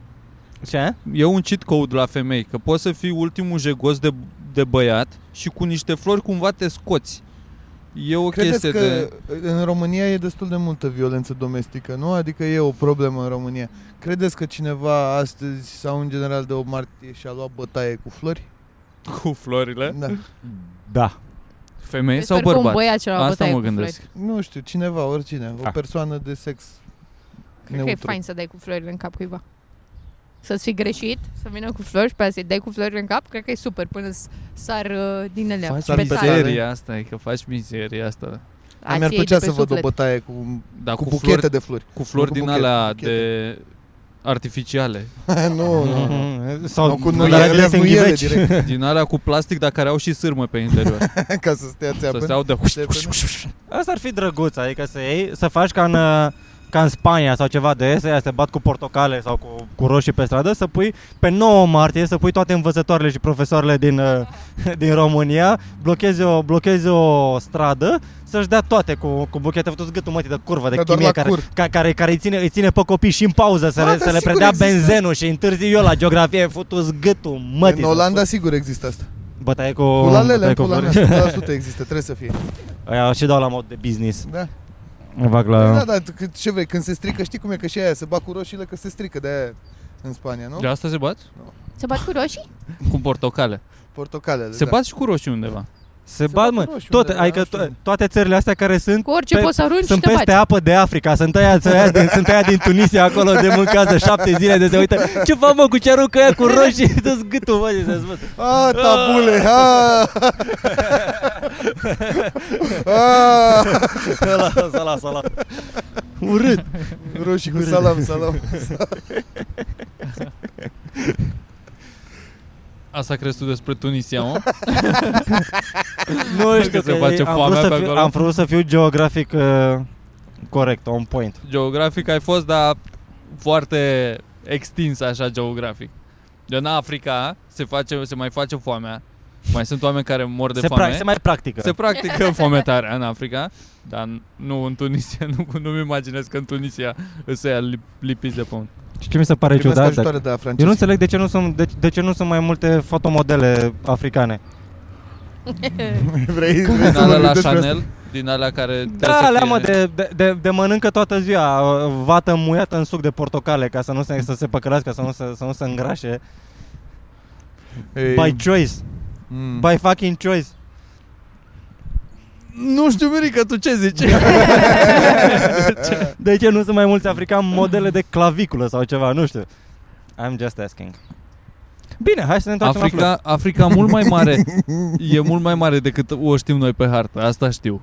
Ce?
E un cheat code la femei, că poți să fii ultimul jegos de, de băiat și cu niște flori cumva te scoți. E o
Credeți
chestie
că
de...
în România e destul de multă violență domestică, nu? Adică e o problemă în România. Credeți că cineva astăzi sau în general de 8 martie și-a luat bătaie cu flori?
Cu florile?
Da.
Da.
Femei
Eu
sau
sper că un
bărbați?
băiat ce l-a
Asta
bătaie
mă
cu
gândesc.
flori.
Nu știu, cineva, oricine, o
Ah.
persoană de sex
Cred că e
neutru.
fain să dai cu florile în cap cuiva. Să-ți fi greșit, să vină cu flori și pe aia să-i dai cu florile în cap, cred că e super până s- sar uh, din alea.
Faci
Dar pe
mizeria asta, e că faci mizeria asta.
Dar Mi-ar plăcea să văd o bătaie cu,
Dar
cu,
cu,
cu
cu
buchete
flori,
de flori.
cu flori
cu
din
buchete,
alea
buchete.
de artificiale.
nu, nu, nu.
Oh, Sau
Nu, cu
dar
nuiele,
alea sunt
nuiele
ghiveci.
direct.
Din alea cu plastic, dar care au și sârmă pe interior.
Ca să stea
să se
țeapă.
audă.
Asta ar fi drăguț, adică să iei, să faci ca în, uh, ca în Spania sau ceva de să ia, să te bat cu portocale sau cu, cu roșii pe stradă, să pui pe 9 martie, să pui toate învățătoarele și profesoarele din, uh, din România, blochezi o, blochezi o stradă, să-și dea toate cu, cu buchete, făcut gâtul mătii de curvă, de
Dar Da, doar
chimie,
la
care,
cur.
ca, care, care îi, ține, îi ține pe copii și în pauză, să,
Ba,
le,
da,
să le
sigur
predea
există.
benzenul și întârzi eu la geografie, futus gâtul mătii.
În Olanda sigur există asta.
Bătaie cu...
Cu lalele,
bătaie
cu
flori.
lalele, 100% există, trebuie să fie.
Aia și dau la mod de business.
Da.
Îmi fac la...
Da, da, cât- ce vrei, când se strică, știi cum e că și aia se bag cu roșiile că se strică de aia în Spania, nu?
De asta se bat?
Să bat cu roșii?
Cu portocale.
Portocalele,
Se
da.
bat și cu roșii undeva.
Se,
Se
bat,
bat
mă,
cu roșu
tot,
undeva,
adică
nu știu
to-
unde.
toate țările astea care sunt
Cu orice
Pe-
poți să arunci Păi și
sunt
te
peste
bați.
apă de Africa, sunt aia, sunt aia, din, sunt aia din Tunisia acolo de mâncați de șapte zile de se uită Ce fac mă cu ce aruncă aia cu roșii, dă-ți gâtul mă ce se spune
A, tabule, a! a!
Ăla, sala, sala Urât
Roșii cu salam, salam.
Asta crezi tu despre Tunisia, mă?
Nu
Că
știu
se
că
face
am,
foamea
vrut să
pe
fiu,
acolo.
am vrut să fiu geografic uh, corect, on point
geografic ai fost, dar foarte extins așa geografic. De în Africa se, face, se mai face foamea. Mai sunt oameni care mor de
se,
foame.
se mai practică
se practică foametarea în Africa, dar nu în Tunisia, nu, nu-mi imaginez că în Tunisia să ia lipiți de pământ.
Și ce mi se pare
Primesc
ciudat
ajutoare de la
Eu nu
francez.
înțeleg de ce nu sunt, de, de ce nu sunt mai multe fotomodele africane
Vrei, vrei
Din
să
alea
vorbim
la
despre asta?
Chanel, din alea care trebuie
Da,
să
alea
fie-
mă, de, de, de, de mănâncă toată ziua uh, Vată muiată în suc de portocale Ca să nu se, să se păcălească, să nu se, să nu se îngrașe
Păi-
Ei,
By choice,
mm.
by fucking choice
Nu știu, Mirica, tu ce zici?
De ce nu sunt mai mulți africani modele de claviculă sau ceva, nu știu I'm just asking Bine, hai să ne întoarcem la
Africa, Africa mult mai mare, e mult mai mare decât o știm noi pe hartă, asta știu.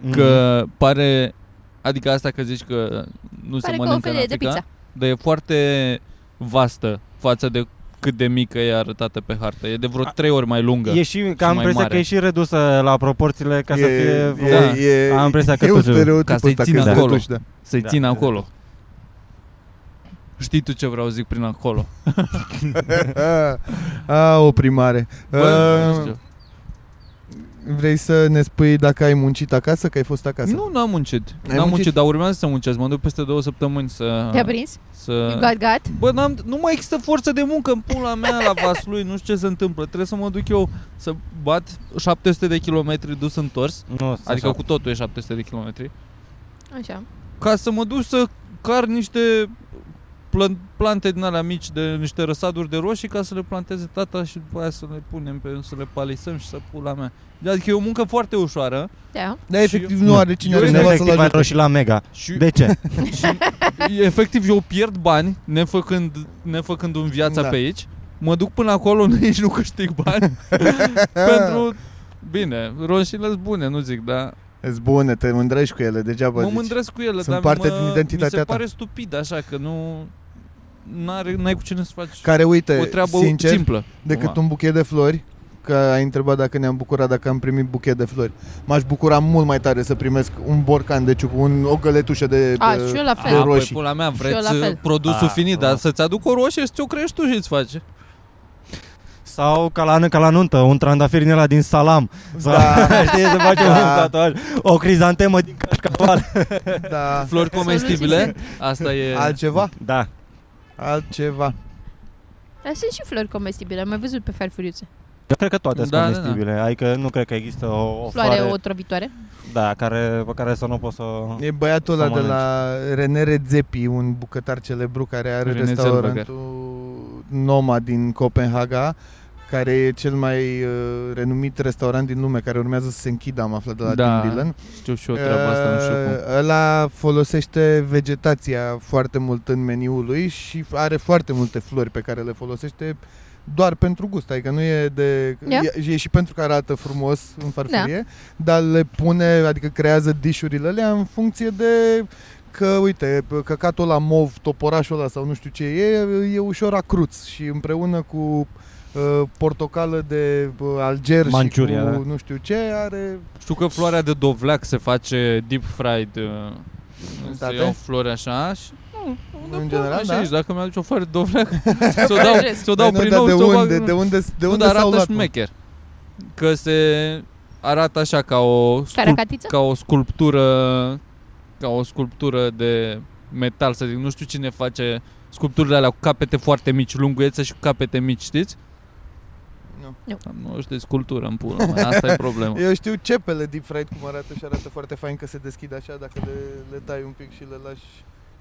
flori. Mhm.
că pare Adică asta că zici că nu
Pare
se
ca o
mănâncă în
felie de
Africa,
pizza.
dar e foarte vastă față de cât de mică e arătată pe hartă. E de vreo
A-
trei ori mai lungă.
E și, că
mai
am impresia
mare.
că e și redusă la proporțiile ca să fie
e,
vreun-
da.
e,
Am impresia că
e
tot
un
ce-
stereotip
ca să-i
ăsta, că
țină
se
acolo.
retuși, da.
Să-i
Da.
țină acolo. Știi tu ce vreau zic prin acolo.
A, o primare.
Bă, nu
A,
știu.
vrei să ne spui dacă ai muncit acasă, că ai fost acasă?
Nu, n-am muncit. N-am
muncit?
muncit, dar urmează să muncesc. Mă duc peste două săptămâni să...
Te-a prins? You
să...
got got?
Bă, n-am, nu mai există forță de muncă în pula mea la Vaslui, nu știu ce se întâmplă. Trebuie să mă duc eu să bat 700 de kilometri dus întors,
Nu,
adică cu totul e 700 de kilometri,
Așa.
ca să mă duc să car niște plan- plante din alea mici de niște răsaduri de roșii ca să le planteze tata și după aia să le punem pe să le palisăm și să pula mea. Adică e o muncă foarte ușoară
Da.
Dar
Și
efectiv
eu-
nu are cine
eu-
altcineva să-l
efectiv ai
ajute.
roșii la mega.
și
De ce?
Și, efectiv, eu pierd bani nefăcând, nefăcând un viața
Da.
da. pe aici. Mă duc până acolo, nici nu câștig bani. pentru... Bine, roșiile sunt bune, nu zic, dar
Sunt bune, te mândrești cu ele, degeaba
mă
zici.
mândresc cu ele.
Sunt
dar
parte
mă,
din identitatea
mi se
ta.
pare stupid, așa, că nu... N-are, n-ai cu cine să faci
Care, uite,
o treabă
sincer,
simplă.
decât
Numai.
un buchet de flori, că ai întrebat dacă ne-am bucurat dacă am primit buchet de flori. M-aș bucura mult mai tare să primesc un borcan, deci un, o găletușă de...
A,
de-
și eu la
A,
fel.
de
păi,
roșii.
pula mea,
eu
vreți uh,
la fel.
produsul
A,
finit,
da.
dar să-ți aduc o roșie și ți-o crești tu și-ți face.
Sau ca la, ca la nuntă, un trandafir din ăla din salam. Sau,
Da.
știi, se face un
Da.
tatuaj. O crizantemă din cașcaval.
Da,
Flori
Soluții
comestibile, asta e...
altceva,
Da.
altceva.
Dar sunt și flori comestibile, am mai văzut pe farfuriuțe.
Eu cred că toate sunt
Da, da, da.
comestibile. Adică nu cred că există o, o
Floare
floare,
otrăvitoare.
da, care, pe care să nu poți să...
E băiatul ăla
Să
de la René Redzepi, un bucătar celebru care are
René
restaurantul Noma din Copenhaga, care e cel mai uh, renumit restaurant din lume, care urmează să se închidă, am aflat de la
Da.
Tim Dillon.
Știu și eu treaba asta, nu știu cum.
Uh, Ăla folosește vegetația foarte mult în meniul lui și are foarte multe flori pe care le folosește doar pentru gust, adică nu e de...
Da.
E, e și pentru că arată frumos în farfurie, dar le pune, adică creează dishurile alea în funcție de că, uite, căcatul la mov, toporașul ăla sau nu știu ce e, e ușor acruț și împreună cu uh, portocală de uh, alger
Manciuria,
și cu
da.
nu știu ce are
Știu că floarea de dovleac se face deep fried. uh, Se
State?
iau flori așa și...
În general,
așa
da.
aici, dacă mi-aduce o floare de dovleac, să o dau, s-o dau
Păi nu,
prin
dar
nou,
de
s-o
unde,
bag-
de unde, de
Nu,
unde
dar
s-au
arată
luat? mă?
șmecher. Că se arată așa ca o, sculp,
Caracatiță?
ca o sculptură ca o sculptură de metal, să zic. Nu știu cine face sculpturile alea cu capete foarte mici, lunguiețe și cu capete mici, știți?
Nu.
Nu știu, sculptură în pula, mea, asta e problema.
Eu știu cepele deep fried cum arată și arată foarte fain că se deschid așa dacă le, le tai un pic și le lași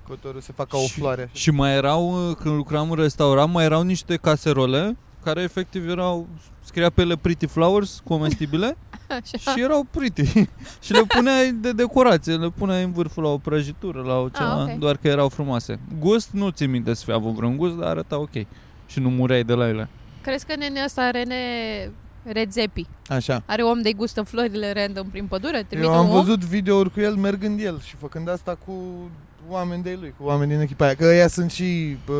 cotorul se fac ca o
Și-
floare așa.
Și mai erau, uh, când lucram în restaurant, mai erau niște caserole care efectiv erau, scria pe ele pretty flowers, comestibile,
Așa.
și erau pretty. și le puneai de decorație, le puneai în vârful la o prăjitură, la o ceva,
Ah, ok.
doar că erau frumoase. Gust, nu ți minte să fi avut vreun gust, dar arăta ok. Și nu mureai de la ele.
Crezi că nene ăsta are ne... Redzepi.
Așa.
Are om de gustă florile random prin pădure? Trimite
Eu am
un om?
văzut videouri cu el mergând el și făcând asta cu oameni de lui, cu oameni din echipa aia. Că ea sunt și uh,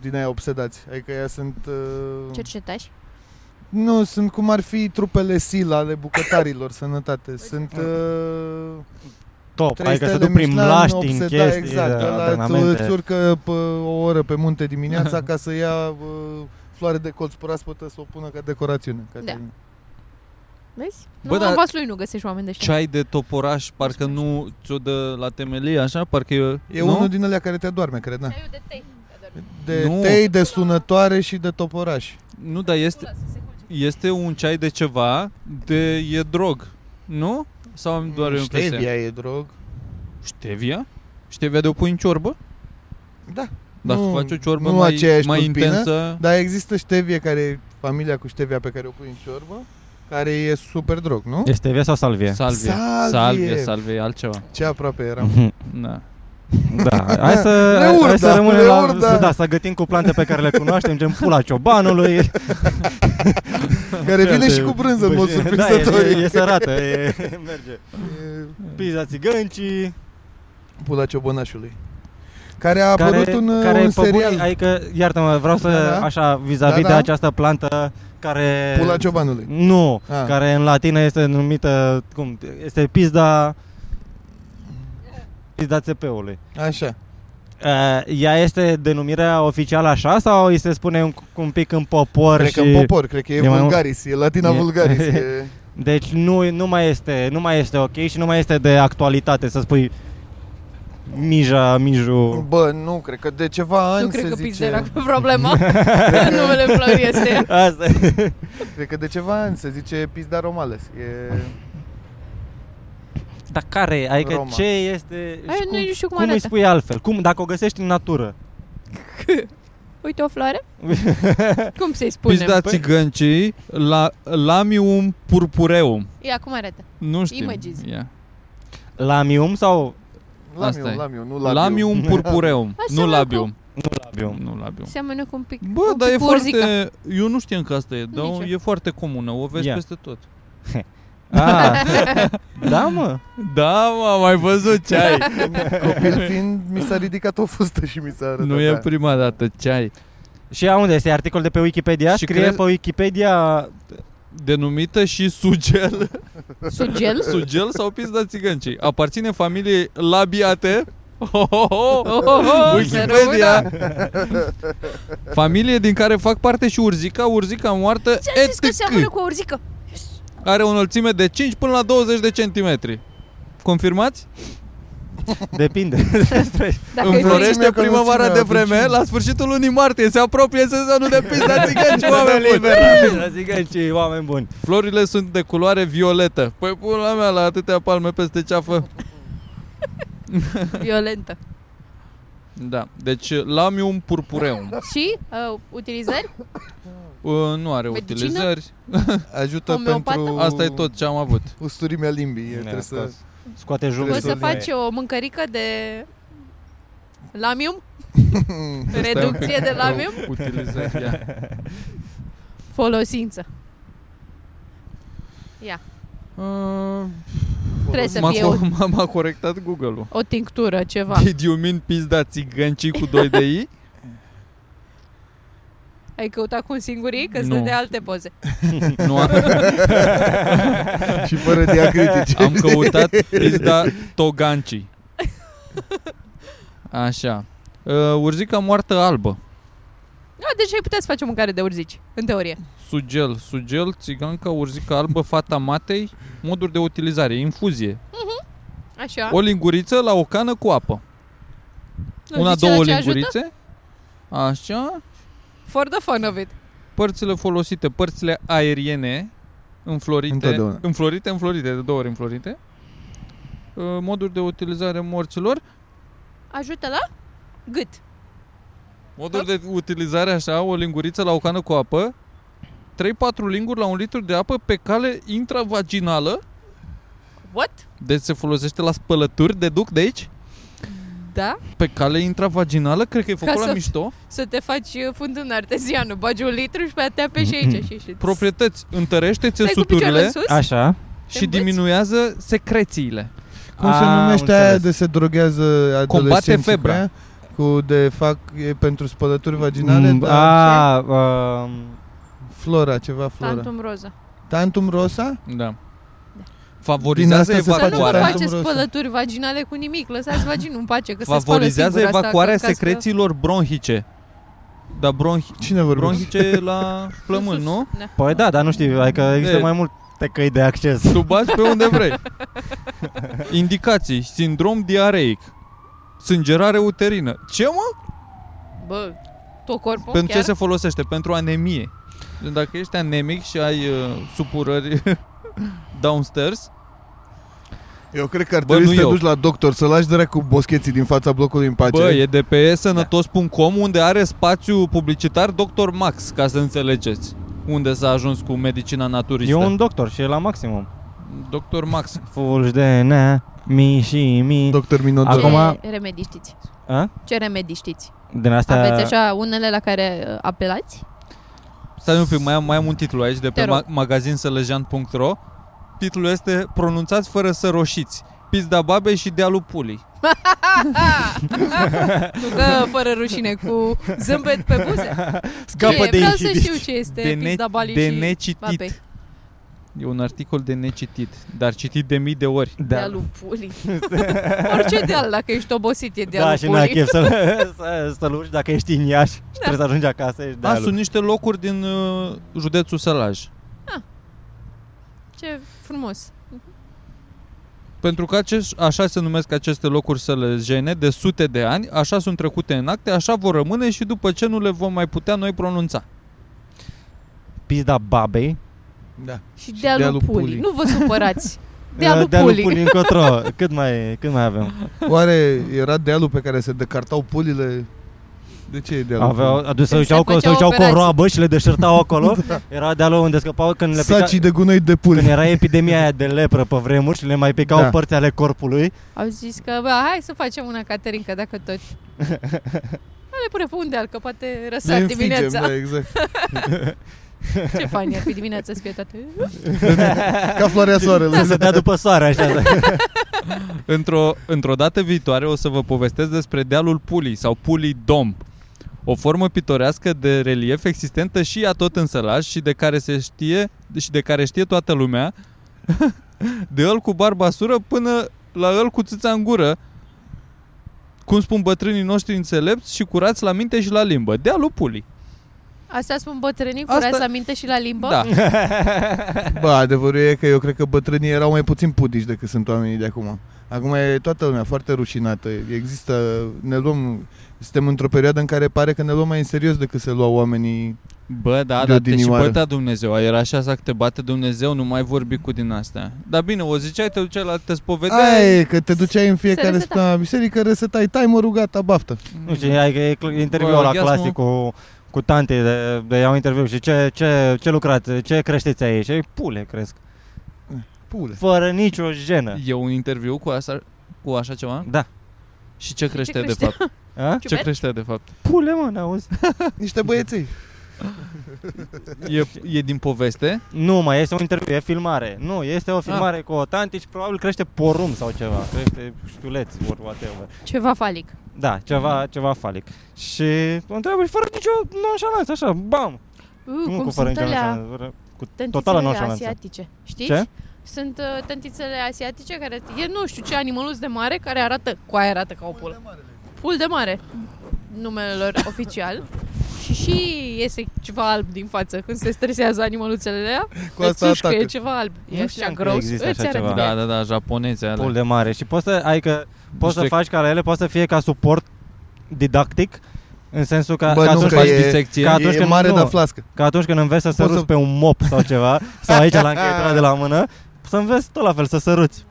din aia obsedați. Adică ea sunt... Uh,
Cercetași?
nu, sunt cum ar fi trupele SIL ale bucătarilor, sănătate. Sunt...
Mm.
Uh,
Top,
Trei
adică să
stele
duc prin
Michelin,
mlaști, în
obseda-
chestii, da,
Exact, ăla îți-
antrenamente.
îți urcă pă, o oră pe munte dimineața ca să ia bă, floare de colț proaspătă să o pună ca decorațiune. Ca
Da.
de-
Vezi?
Bă,
nu,
dar-
dar... vas lui nu găsești oameni de ăștia.
Ceai de toporaș, parcă nu ți-o dă la temelie, așa, parcă e...
E
nu?
unul din alea care te adorme, cred, da.
Ceaiul de tei.
De
Nu.
tei, de sunătoare și de toporaș.
Nu, dar este, este un ceai de ceva, de e drog, nu? Sau am doar eu impresia?
Stevia e drog.
Ștevia? Ștevia de o pui în ciorbă?
Da.
Dacă
Nu-
faci o ciorbă
nu
mai,
aceeași
mai
tulpină,
intensă...
Dar există ștevie care e familia cu ștevia pe care o pui în ciorbă, care e super drog, nu?
Este vie sau salvie?
Salvie.
Salvie.
Salvie, salvie, e altceva.
Ce aproape eram.
Mhm.
Da.
Da, hai să,
Le urda,
hai să rămânem
le
la,
urda.
să, da, să gătim cu plante pe care le cunoaștem, gen pula ciobanului.
care vine și cu brânză, în mod
Bă, Da,
surprinzător.
e, e, e sărată, e, merge.
E-
Pizza țigăncii.
Pula Ciobănașului. Care a apărut un, uh,
care
un
pe bune,
serial.
adică, iartă-mă, vreau să,
Da, da.
așa, vis-a-vis
Da,
de
da.
această plantă care...
Pula Ciobanului.
Nu,
Ah.
care în latină este numită, cum, este pizda... Pizda țepeului.
Așa.
Uh, ea este denumirea oficială așa sau îi se spune un, un pic în popor
Cred
și...
că în popor, cred că e,
e mai mult-
vulgaris, e latina
e-
vulgaris. E...
Deci nu, nu, mai este, nu mai este ok și nu mai este de actualitate să spui Mija, Miju...
Bă, nu, cred că de ceva ani
Nu
se
cred că
zice.
Pizdelac e problema. Numele Flori este.
Asta e.
Cred că de ceva ani se zice pizda romales. E...
Dar care e? Adică
Roma.
ce este...
Aia
și
nu știu cum
cum îi
arată.
spui altfel? Cum, dacă o găsești în natură?
Uite o floare. Cum să-i spunem?
Pizda
păi.
țigăncii, la, lamium purpureum.
Ia, cum arată?
Nu știm.
Images.
Yeah.
Lamium sau
Lamiu,
Asta e.
lamiu, nu labiu.
Lamium purpureum,
Hai să
nu
mă
labium.
labium?
Nu labium.
Seamănă cu un pic
Bă,
un
dar
pic
e
cu urzica.
foarte... Eu nu știam că asta e,
Nici
dar
eu.
e foarte comună, o vezi
Ia.
peste tot.
Ah, da mă,
Da, mă, am mai văzut ceai.
Copil fiind, mi s-a ridicat o fustă și mi s-a arătat. da.
nu e prima dată ceai.
Și a unde este articol de pe Wikipedia?
Și
Și Scrie
crezi-
pe Wikipedia
Denumită și sugel.
Sugel?
Sugel sau pizda țigăncii? Aparține familiei labiate. Oh, oh, oh.
Oh, oh, oh,
Wikipedia. Familie din care fac parte și urzica, urzica moartă
Ce ai zis că seamănă
etc.
cu o urzică?
Are o înălțime de 5 până la 20 de centimetri. Confirmați?
depinde.
Dacă e
Înflorește-
urzică,
Înflorește
că înălțimea
primăvara de
aduce-
vreme, la sfârșitul lunii martie se apropie sezonul de pizda țigăncii, oameni buni.
Zic oameni buni.
Florile sunt de culoare violetă. Păi pula mea la atâtea palme peste ceafă.
violentă.
Da, deci lamium purpureum.
Și uh, utilizări?
Uh, nu are
Medicină?
utilizări.
Ajută
Homeopată?
pentru
Asta e tot ce am avut.
usturimea limbii. E,
Ne-a
trebuie să...
scos. Scoate jumătate.
Poți
Trebuie
să faci o mâncărică de lamium? Reducție de lamium?
Utilizări, ia.
Folosință. Ia,
Uh,
trebuie să
m-a,
fie o,
co- m-a, m-a corectat Google-ul.
o tinctură, ceva.
Did you mean pizda țigăncii cu 2 de i?
Ai căutat cu un singur ei? Că
Nu.
sunt de alte poze.
Nu am,
și fără diacritice.
am căutat pizda togancii. Așa. Uh, urzica moartă albă.
Da, deci ai putea să faci o mâncare de urzici, în teorie.
Sugel, sugel, țiganca, urzica albă, fata matei, moduri de utilizare, infuzie.
Așa.
O linguriță la o cană cu apă.
Nu
Una,
zice
două
la ce ajută?
lingurițe. Așa.
For the fun of it.
Părțile folosite, părțile aeriene, înflorite,
Întotdeauna.
înflorite, înflorite, de două ori înflorite. Uh, Moduri de utilizare morților.
Ajută la gât.
Moduri de utilizare așa, o linguriță la o cană cu apă. 3-4 linguri la un litru de apă pe cale intravaginală.
What?
Deci se folosește la spălături, deduc de aici?
Da?
Pe cale intravaginală, cred că e făcut
Ca
la
să-
mișto.
Să te faci uh, fundul artezianul. Bagi un litru și pe aia te apeși
Mm-hmm.
aici și și
Proprietăți, întărește
Stai cu picioarele în
țesuturile
sus?
Așa.
și
învăț?
diminuează secrețiile.
Cum se
Ah,
numește
înțeles.
aia de se drogează adolescenții cu
febra.
ea? Cu de fac e pentru spălături vaginale,
Mm,
dar
a, um,
flora, ceva flora. Tantum,
Tantum roză.
rosa?
Da.
Da.
Favorizează
Din asta se
Să nu vă
Tantum
evacuarea,
faceți
roză.
spălături vaginale cu nimic. Lăsați vaginul în pace, că
favorizează
se spală singur
evacuarea
asta, că- că-
secrețiilor bronhice. Da, bronhi,
Cine vorbește?
bronhice la plămân,
sus.
nu?
Da.
păi da, dar nu știu, adică există
De-
mai multe căi de acces.
Tu bați pe unde vrei. Indicații. Sindrom diareic. Sângerare uterină. Ce mă?
Bă, tot corpul
Pentru
chiar?
ce se folosește? Pentru anemie. Deci Dacă ești anemic și ai uh, supurări downstairs,
Eu cred că ar
Bă,
trebui
nu
să te
eu.
duci la doctor, să lași dracu boscheții din fața blocului în pace.
bă, e de pe sănătos.com unde are spațiu publicitar Dr. Max, ca să înțelegeți unde s-a ajuns cu medicina naturistă.
E un doctor și e la maximum.
Dr. Max.
Fulgi de ne, mi și mi.
Doctor Minot.
Ce
Acum-
remedii știți?
A?
Ce remedii știți?
Din
Da.
asta...
Aveți așa unele la care uh, apelați?
Stai un pic, mai am, mai am un titlu aici de
Te
pe
rog.
ma- magazinsălăjean.ro Titlul este Pronunțați fără să roșiți. Pizda babe și dealul pulii.
Nu că fără rușine, cu zâmbet pe buze.
Scapă
Ce e?
de
Vreau să
incidist.
știu ce este
De ne-
pizda balii
de
și
necitit.
babei.
E un articol de necitit, dar citit de mii de ori.
Da.
De-a lui Puli. Orice deal, dacă ești obosit, e de-a Da.
da,
lui
și n-ai
Puli.
chef să, să, să-l urci dacă ești în Iași și trebuie să ajungi acasă. Ești
Da,
de-a
sunt
lui.
niște locuri din uh, județul Sălaj.
Ce frumos.
Pentru că acest, așa se numesc aceste locuri sălăjene de sute de ani, așa sunt trecute în acte, așa vor rămâne și după ce nu le vom mai putea noi pronunța.
Pizda babei.
Da.
Și de-a lui Puli. Nu vă supărați. De-a lui
Da, de-a lui
Puli.
Puli încotro. Cât mai, cât mai avem?
Oare era dealul pe care se decartau pulile? De ce e dealul?
Aveau, adu- se
Când se
duceau, cu, se
făceau
duceau cu o
operații. Da.
roabă și le deșertau acolo. Era de-a lor unde scăpau când le
pulile?
pica,
Sacii de gunoi de
Când
puli.
era epidemia aia de lepră pe vremuri și le mai picau da.
Da.
părți ale corpului.
Au zis că, bă, hai să facem una Caterinca, dacă tot. Hai, le pune pe un deal, că poate
Ne
răsar
înfigem,
dimineața.
da, exact.
Ce fain ar fi dimineața să fie toate.
Ca floarea
Să
Da.
soarelui.
se dea după soare așa.
Într-o, într-o dată viitoare o să vă povestesc despre dealul Pulii sau Pulii Dom, o formă pitorească de relief existentă și ea tot în Sălaj și de care se știe și de care știe toată lumea, de el cu barba sură până la el cu țâța în gură, cum spun bătrânii noștri înțelepți și curați la minte și la limbă. Dealul Pulii.
Asta spun bătrânii,
Asta-
curați la minte și la limbă.
Da.
Bă, adevărul e că eu cred că bătrânii erau mai puțin pudici decât sunt oamenii de acum. Acum e toată lumea foarte rușinată. Există, ne luăm, suntem într-o perioadă în care pare că ne luăm mai în serios decât se luau oamenii.
Bă, da,
De
dar te și
odinioară.
bătea Dumnezeu. Era așa să te bate Dumnezeu, nu mai vorbi cu din astea. Dar bine, o ziceai, te duceai la te
Aia
spovedeai.
e, că te duceai în fiecare
reseta.
stă la biserică, resetai, tai mă rugat, baftă.
Nu știu, adică e cl- interviu
Bă,
la
gheasmă.
clasic cu, cu tante, de, de iau interviu și ce, ce, ce lucrați, ce creșteți aici? Ei, pule cresc.
Pule.
Fără nicio jenă.
E un interviu cu asta, cu așa ceva?
Da.
Și ce crește,
crește?
de fapt?
A?
Ce
Ciuperci?
crește de fapt?
Pule, mă, n-auzi?
Niște băieții.
E, e din poveste?
Nu, mai este un interviu, e filmare. Nu, este o filmare cu o tante și probabil crește porum sau ceva. Crește știuleț, ori whatever.
Ceva falic. Uh,
Da, ceva, ceva falic. Și o întreabă și fără nicio nonșalanță, așa, bam.
Uh,
nu
cum
cu fără
sunt
nicio
alea
nonșalanță. Cu totală
tentițele
nonșalanță.
asiatice. Știți?
Ce?
Sunt uh, tentițele asiatice care e nu știu ce animăluț de mare care arată, cu aia arată ca o pulă. Pul de mare. Numele lor oficial. Și și iese ceva alb din față când se stresează animăluțele alea.
Cu asta
îți ușcă,
atacă.
e ceva alb.
Nu
E așa
știam că
gros.
există
Îți
așa
arată
ceva.
de
Da,
aia.
da, da, japoneze alea.
Pul de mare. Și poți să, adică, poți să
Niște-
faci ca la ele, poți să fie ca suport didactic, în sensul că,
Bă,
că,
nu,
atunci,
că
faci
faci
e-
disecție.
ca- atunci
E, e
când-
mare,
nu.
dar flască.
că atunci când înveți să
Poți
săruți
să-
pe un mop sau ceva, sau aici la încheietura de la mână, să înveți tot la fel, să săruți.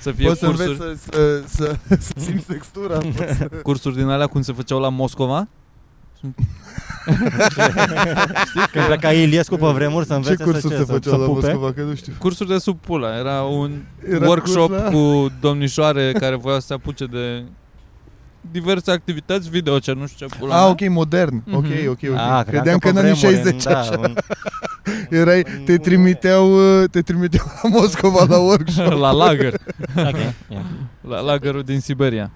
Să fie
Poți să
cursuri,
înveți să, să, să, să simți textura.
cursuri din alea cum se făceau la Moscova.
Când pleca Iliescu pe vremuri să
Ce
înveți să,
cursuri
ce,
se
să,
făceau la
să pupe.
Moscova, că nu știu.
Cursuri de sub pula. Era un
Era da.
workshop
curs la-
cu domnișoare care voiau să se apuce de diverse activități video, ce nu știu ce pula.
Ah,
mea.
ok, modern. Ok,
Mhm.
ok, ok.
Ah,
Credeam că
pe
în anii
vremuri,
60
da,
așa.
în-
Erai,
în-
te trimiteau, uh, te trimiteau la Moscova la workshop.
la lagăr.
Ok, ia.
La lagărul din Siberia.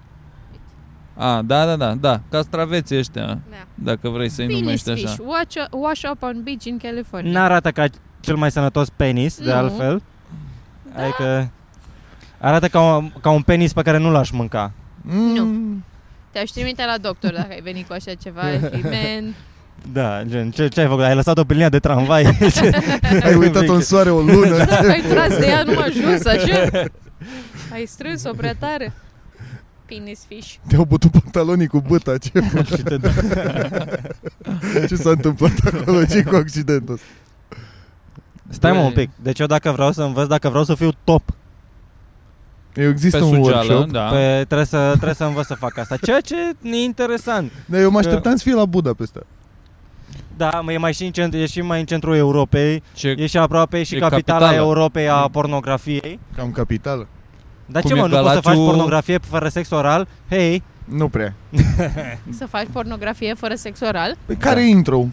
A, da, da, da, da, castraveții ăștia,
Da.
dacă vrei să-i
Penis
numești
fish.
așa.
Wash, wash up on beach in California.
N-arată ca cel mai sănătos penis, de
Nu.
altfel. Adică arată ca un, ca un penis pe care nu l-aș mânca.
Mm.
Te-aș trimite la doctor dacă ai venit cu așa ceva. Și, man,
Da, gen, ce, ce ai făcut? Ai lăsat-o pe linia de tramvai? Ce-
Ai uitat-o în soare o lună.
ai tras de ea numai jos, așa? Ai strâns-o prea tare. Penis fish.
Te-au bătut pantalonii cu băta. Ce,
Și te dă-
ce s-a întâmplat acolo? ce cu accidentul ăsta?
Stai
Păi-
mă un pic. Deci eu dacă vreau să învăț, dacă vreau să fiu top,
Eu
Pe
Există un
sugeală,
workshop.
da.
pe, trebuie, să, trebuie să învăț să fac asta. Ceea ce e interesant.
Dar eu mă așteptam să fie la Buda peste.
Da, mă, e, mai și în centru, e și mai în centrul Europei,
Ce,
e și aproape și
E
capitala,
capitală. Mm.
Europei a pornografiei.
Cam capitală.
Dar
Cum
ce
e
mă, nu poți să faci
Galațiu-
pornografie fără sex oral? Hei,
Nu prea.
Să faci pornografie fără sex oral?
Păi care e intro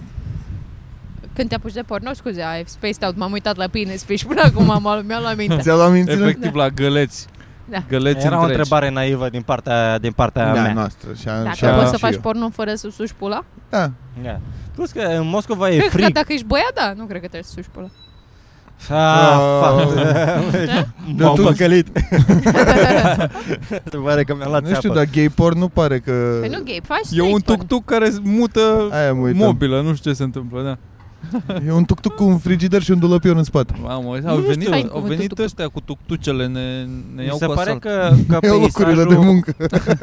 Când te apuci de porno, scuze, ai spaced out, m-am uitat la penis fish până acum, m-a mi-a luat minte.
Ți-a luat mințile?
efectiv la găleți.
Da.
Găleți
era o
întregi.
întrebare naivă din partea, din partea
Da,
mea.
noastră. Și a, și
Dacă
a,
poți să
și
faci
eu.
porno fără să suși pula?
Da.
Da. Plus că în Moscova e
Cred că
frig.
dacă ești băiat, da, nu cred că trebuie să suși pula.
Ah,
Ah,
fuck.
Dar
M-am
tu-
păcălit. Se pare că mi-am luat
Nu știu,
țeapă.
dar gay porn nu pare că...
Păi nu gay, faci
E un
straight porn.
tuc-tuc care mută
Aia mă uitam.
mobilă, nu știu ce se întâmplă, da.
E un tuc-tuc cu un frigider și un dulăpion în spate.
Mamă, au
Nu știu.
venit,
Hai,
au
cuvântul
venit
tuc-tuc.
ăștia cu tuctucele, ne, ne
Mi
iau
se
cu
pare
asalt.
că, că
Iau locurile de
peisajul,
muncă.
Nu-ți faci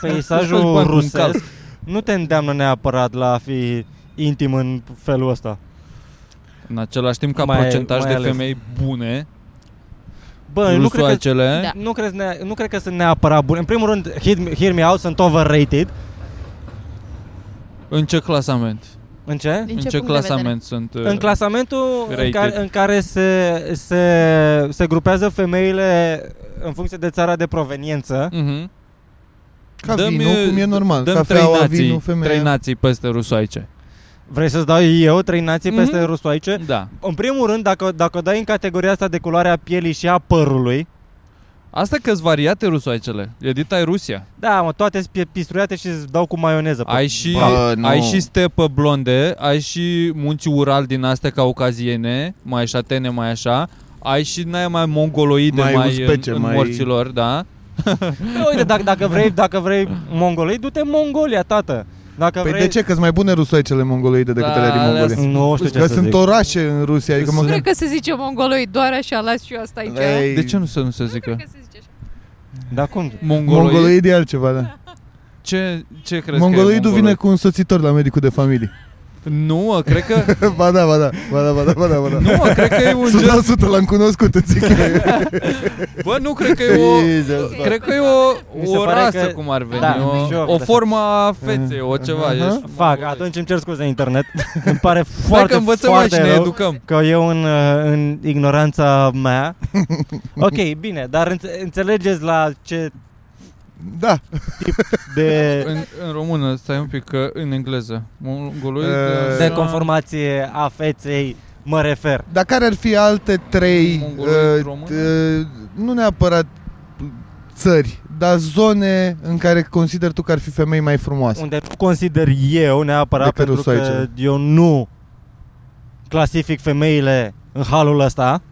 peisajul
bani cu un calc.
rusesc nu te îndeamnă neapărat la a fi intim în felul ăsta.
În același timp, ca
Mai-
procentaj
mai
de
ales.
femei bune,
Bă, nu cred, că,
rusoacele,
Da.
nu, cred, ne- nu cred că sunt neapărat bune. În primul rând, hit me- hear me out, sunt overrated.
în ce clasament?
În ce?
Din
în ce
punct de vedere?
clasament sunt? uh,
În clasamentul în
rated.
care, în care se, se, se grupează femeile în funcție de țara de proveniență.
uh
Ca vinul, cum e normal.
Dăm trei
Cafeaua,
nații,
vinul,
trei
femeia.
nații peste rusoaice.
Vrei să-ți dau eu trei nații
Mhm.
peste rusoaice?
Da.
În primul rând, dacă, dacă o dai în categoria asta de culoarea pielii și a părului,
Asta că-s variate rusoaicele. Edita e Rusia.
da, mă, toate sunt pistruiate și îți dau cu maioneză. Păi, pe-
Ai și,
Bă, nu.
ai și stepă blonde, ai și munți ural din astea caucaziene, mai șatene, mai așa, ai și din aia mai mongoloide, mai,
Mai
în,
uspece,
în
mai-
morților, da?
Da, Uite, dacă, dacă, vrei, dacă vrei mongolii, du-te în Mongolia, tată. Dacă
Păi
vrei...
de ce? Că-s mai bune rusoaicele mongoloide decât
Da,
alea din
alea
Mongolia.
Nu știu ce
Că
să
sunt
zic.
orașe în Rusia, adică
Sunt-
mă...
Cred că se zice mongoloi doar așa, las și eu asta aici.
Ei,
De ce nu să nu se zică?
Cred că se zice așa.
Dar Da, cum?
Mongoloid.
Mongoloid e altceva, da.
Ce, ce crezi că
Mongoloidul
e
vine cu un soțitor la medicul de familie.
Nu, mă, cred că...
Ba da, ba da, ba da, ba da, ba da, ba da.
Nu, mă, cred că e un gest...
100% l-am cunoscut, îți zic.
Bă, nu, cred că e o...
Jesus, bă.
Cred că e o,
Mi se
o
pare
rasă,
că-
cum ar veni,
da, și
o,
eu
o
cred
formă a feței, o ceva.
Aha.
ești
Fac,
mongoloid.
atunci îmi cer scuze internet. Îmi pare
Stai
foarte,
că învățăm mai
foarte
și ne
rău.
educăm.
Că eu în, uh, în ignoranța mea Ok, bine, dar înțe- înțelegeți la ce
Da.
de,
În,
Exact.
în română, stai un pic, că în engleză. Mongoloid...
Eh,
Da.
de conformație a feței mă refer
Dar care ar fi alte trei,
Mongoloid
uh,
român?
uh, nu neapărat țări, dar zone în care consider tu că ar fi femei mai frumoase?
Unde consider eu neapărat
Decât
pentru că
rusoaicele.
eu nu clasific femeile în halul ăsta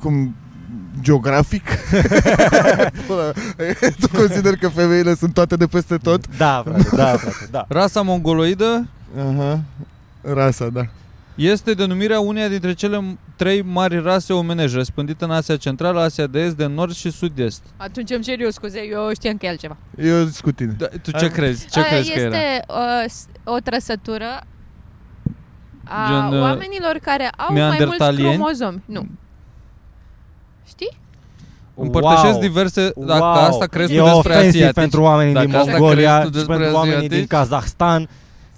Cum geografic? Pula, tu consider că femeile sunt toate de peste tot?
Da, frate, da, frate, da
Rasa mongoloidă
Aha. Rasa, da.
este denumirea uneia dintre cele m- trei mari rase omenești, răspândită în Asia Centrală, Asia de Est, de Nord și Sud-Est.
Atunci îmi cer eu scuze, eu știam că e altceva.
Eu sunt cu tine.
Da, tu ce
Ah.
crezi? Ce
Aia
crezi
este
că da? era?
uh, s- o trăsătură a
Gen, uh,
oamenilor care au mai mulți
neandertalieni?
cromozomi. Nu. Știi?
Împărtășesc
Wow.
diverse... Dacă
wow.
asta crezi
e
tu despre deci
ofensiv
asiatici,
pentru oamenii
Dacă
din
asta
Mongolia
crezi tu
și
despre
pentru oamenii din
asiatici?
Kazahstan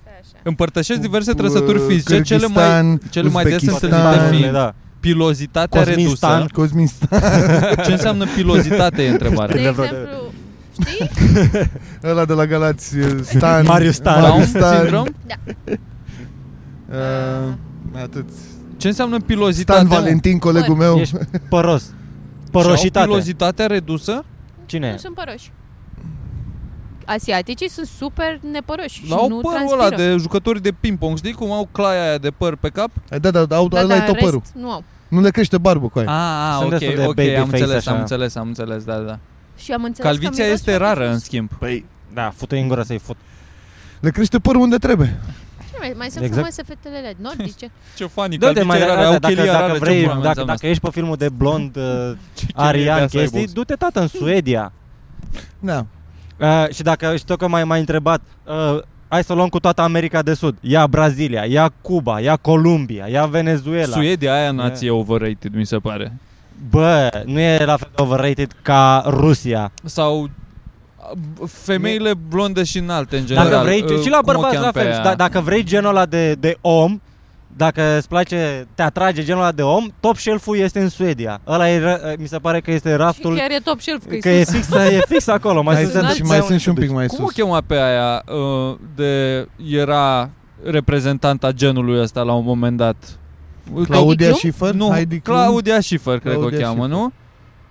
Stai așa.
împărtășesc diverse
Cu,
trăsături
uh,
fizice, cele mai,
Kyrgyzstan,
cele mai des
Uzbekistan,
întâlnite fiind
da.
pilozitatea
Cosmistan.
redusă.
Cosmistan,
Ce înseamnă pilozitate, e întrebarea.
Știu.
De
de vreo-
exemplu, știi?
ăla de la Galați, uh, Stan.
Marius Stan.
Down
Marius Stan.
syndrome?
Uh, atât.
Ce înseamnă pilozitate?
Stan
mă?
Valentin, colegul meu.
Ești păros
Și au
Păroșitate
pilozitatea redusă?
Cine
Nu sunt păroși. Asiaticii sunt super nepăroși
La
și
au
nu
părul
transpiră.
ăla de jucători de ping-pong, știi cum au claia aia de păr pe cap?
Da, da, da, au,
Dar,
ăla e
da, în
tot părul.
rest, nu au.
Nu le crește barbă cu aia.
Ah, ah
Sunt
ok,
destul de
ok,
baby
am
face
înțeles,
așa.
am înțeles, am înțeles, da, da.
Și am înțeles
Calviția
că miros
este
foarte
rară,
sus.
în schimb.
Păi...
Da, fute în gură să-i fut
Le crește părul unde trebuie.
Nu, Mai, mai sunt
Exact.
frumoase fetele alea nordice.
Ce fani,
Du-te Da, mai
calviția e rară, au
dacă,
chelia
dacă
rară,
vrei,
ce pula mea
dacă,
înseamnă
dacă ești pe filmul de blond uh,
asta? Ce chelie de asta
arian
ai Hmm.
chestii,
pus?
du-te tată în Suedia.
Da.
Uh, și dacă știu că mai mai întrebat, uh, hai să luăm cu toată America de Sud. Ia Brazilia, ia Cuba, ia Columbia, ia Venezuela.
Suedia
Da.
aia nație overrated, mi se pare.
Bă, nu e la fel de overrated ca Rusia.
Sau a, b- femeile blonde și înalte, în general.
Dacă vrei,
Uh,
și la
cum o
bărbați
cheamă
la
pe
fel.
aia?
Da, dacă vrei genul ăla de, de om, dacă îți place, te atrage genul ăla de om, top shelf-ul este în Suedia. Ăla e, ra- mi se pare că este
și
raftul
chiar e top shelf că,
Că
e
e
sus.
fix, e fix acolo. Mai
Mai
sunt,
sunt,
alții
și mai
unde
sunt și un
te
pic
duci.
mai
Cum o
sus.
chema pe aia uh, de... Era reprezentanta genului ăsta la un moment dat?
Claudia
Heidi Klum?
Schiffer?
Nu,
Heidi Klum?
Claudia Schiffer, cred că o
Claudia
cheamă,
Schiffer.
nu?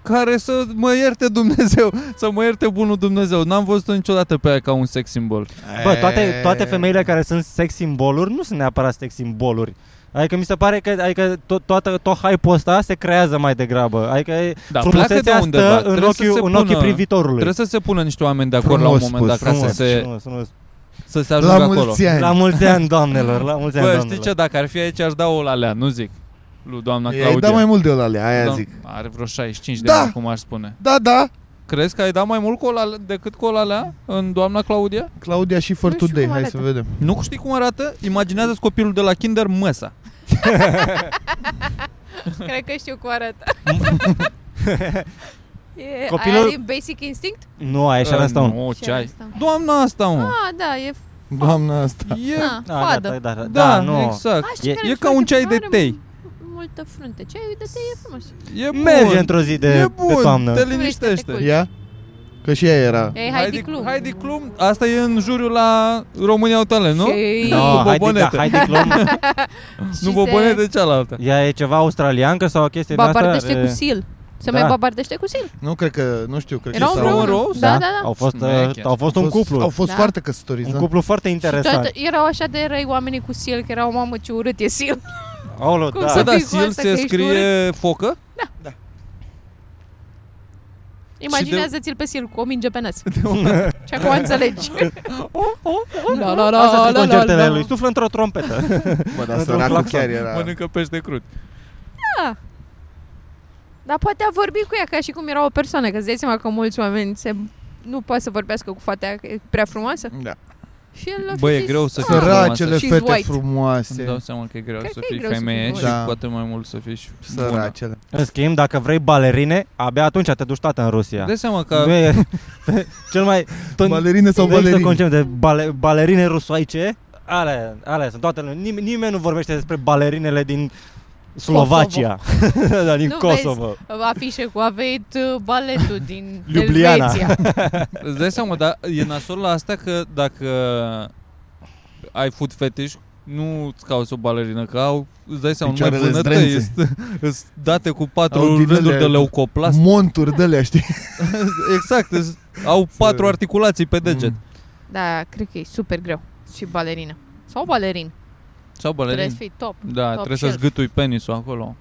care să mă ierte Dumnezeu, să mă ierte bunul Dumnezeu. N-am văzut niciodată pe aia ca un sex symbol.
Bă,
Eh,
toate, toate femeile care sunt sex simboluri nu sunt neapărat sex simboluri. Adică mi se pare că adică tot, toată, tot hype-ul ăsta se creează mai degrabă. Adică
Da, pleacă de
frumusețea
undeva.
stă în
Trebuie să
ochii,
se
în
pună-
ochii privitorului.
Trebuie să se pună niște oameni de acord la un
Frumos
moment dat
spus,
ca să se,
frumos, frumos.
să se
La
ajungă acolo.
mulți ani.
La mulți ani, doamnelor, la mulți ani,
Bă,
doamnelor.
știi ce? Dacă ar fi aici, aș da o la lea, nu zic. Lui doamna
Ai
Claudia.
dat da mai mult de la alea, aia
Da,
zic.
Are vreo 65 de
Da!
ani, cum aș spune.
Da, da,
Crezi că ai dat mai mult cu o la, decât cu o la lea în doamna Claudia?
Claudia și for
Nu știu
today,
cum
hai
arată.
să vedem.
Nu știi cum arată? Imaginează-ți copilul de la kinder măsa.
Cred că știu cum arată. e,
Copilul-
Copilul... Aia e Basic Instinct?
Nu, aia e Sharon
Uh,
Stone.
Nu, ce ai?
asta?
Doamna asta, mă.
Ah, da, e...
Doamna asta.
E,
Ah,
Da, da,
fadă.
da, da, da,
da,
nu.
exact.
Ah, știi
E-
care
e
îmi
ca un
place?
ceai de
Are
tei.
mu- Multă frunte. Ceaiul de tei e frumos.
E bun.
Merge într-o zi de,
e
de
bun,
toamnă.
te
Liniștește-te cu
liniștește.
Ia? Că și ea era.
E Heidi Klum.
Heidi Klum, asta e în juriu la România au talent, nu?
Și-
Nu,
No, hai de, da,
bobonete.
hai de clon.
Și se
Nu bobone de cealaltă.
Ea e ceva australiancă sau o chestie
Babardește
de
cu
asta?
sil. Se
Da.
mai babardește cu sil.
Nu cred că, nu știu, cred că
Erau
Păi s-au-
împreună.
au
rău?
Da, da, da.
Au fost, uh,
Șmecher.
au fost un
fost-
cuplu.
Au fost
Da.
foarte
Un
căsătorizați.
cuplu foarte interesant.
Toată, erau așa de răi oamenii cu sil, că erau, mamă, ce urât e sil.
Aolo,
Cum
da.
Bă,
să-
da,
fii cu
Sil
asta, că
se
ești
scrie focă?
Imaginează-ți-l pe sil cu o minge pe nas. Și acum înțelegi. La, la, la,
Asta
la,
sunt
la,
concertele
la.
lui. Suflă într-o trompetă.
Bă,
Într-un
dar da. săracul
claxon.
chiar era.
Mănâncă pește crud.
Dar poate a vorbit cu ea ca și cum era o persoană, că îți dai seama că mulți oameni se, nu poate să vorbească cu fata aia, că e prea frumoasă.
Da.
Și el a
Bă, e
zis,
greu să
"Ah,
fii frumoasă.
Săracele
She's
fete
white.
frumoase.
Îmi dau seama că e greu
Cred
să
că e
fii
greu să
femeie
fii
și
bună.
cu atât mai mult să fii și bună.
Săracele.
În schimb, dacă vrei balerine, abia atunci te duci tata în Rusia.
Dai seama
Nu
că
e cel mai... tot-
Balerine sau
Nu există
balerini?
concept de bale, balerine rusoaice, alea, alea sunt toate, nim- nimeni nu vorbește despre balerinele din Slovacia, da, din
Nu
Kosovo.
Afișe cu aveit uh, baletul din
Ljubljana.
Elveția.
Îți dai seama, dar e nasol la asta că dacă ai food fetish, nu îți cauți o balerină, că au, îți dai seama, numai
Picioarele
vânătă,
zdrențe.
este- îți date cu patru
Au din
rânduri de
alea-
leucoplast.
Monturi de alea, știi?
exact, îți- au patru articulații pe deget.
Mm.
Da, cred că e super greu. Și balerină. Sau balerin.
Sau
Trebuie
balerin.
să fii top.
Da,
top
trebuie
shelf.
să-ți gâtui penisul acolo.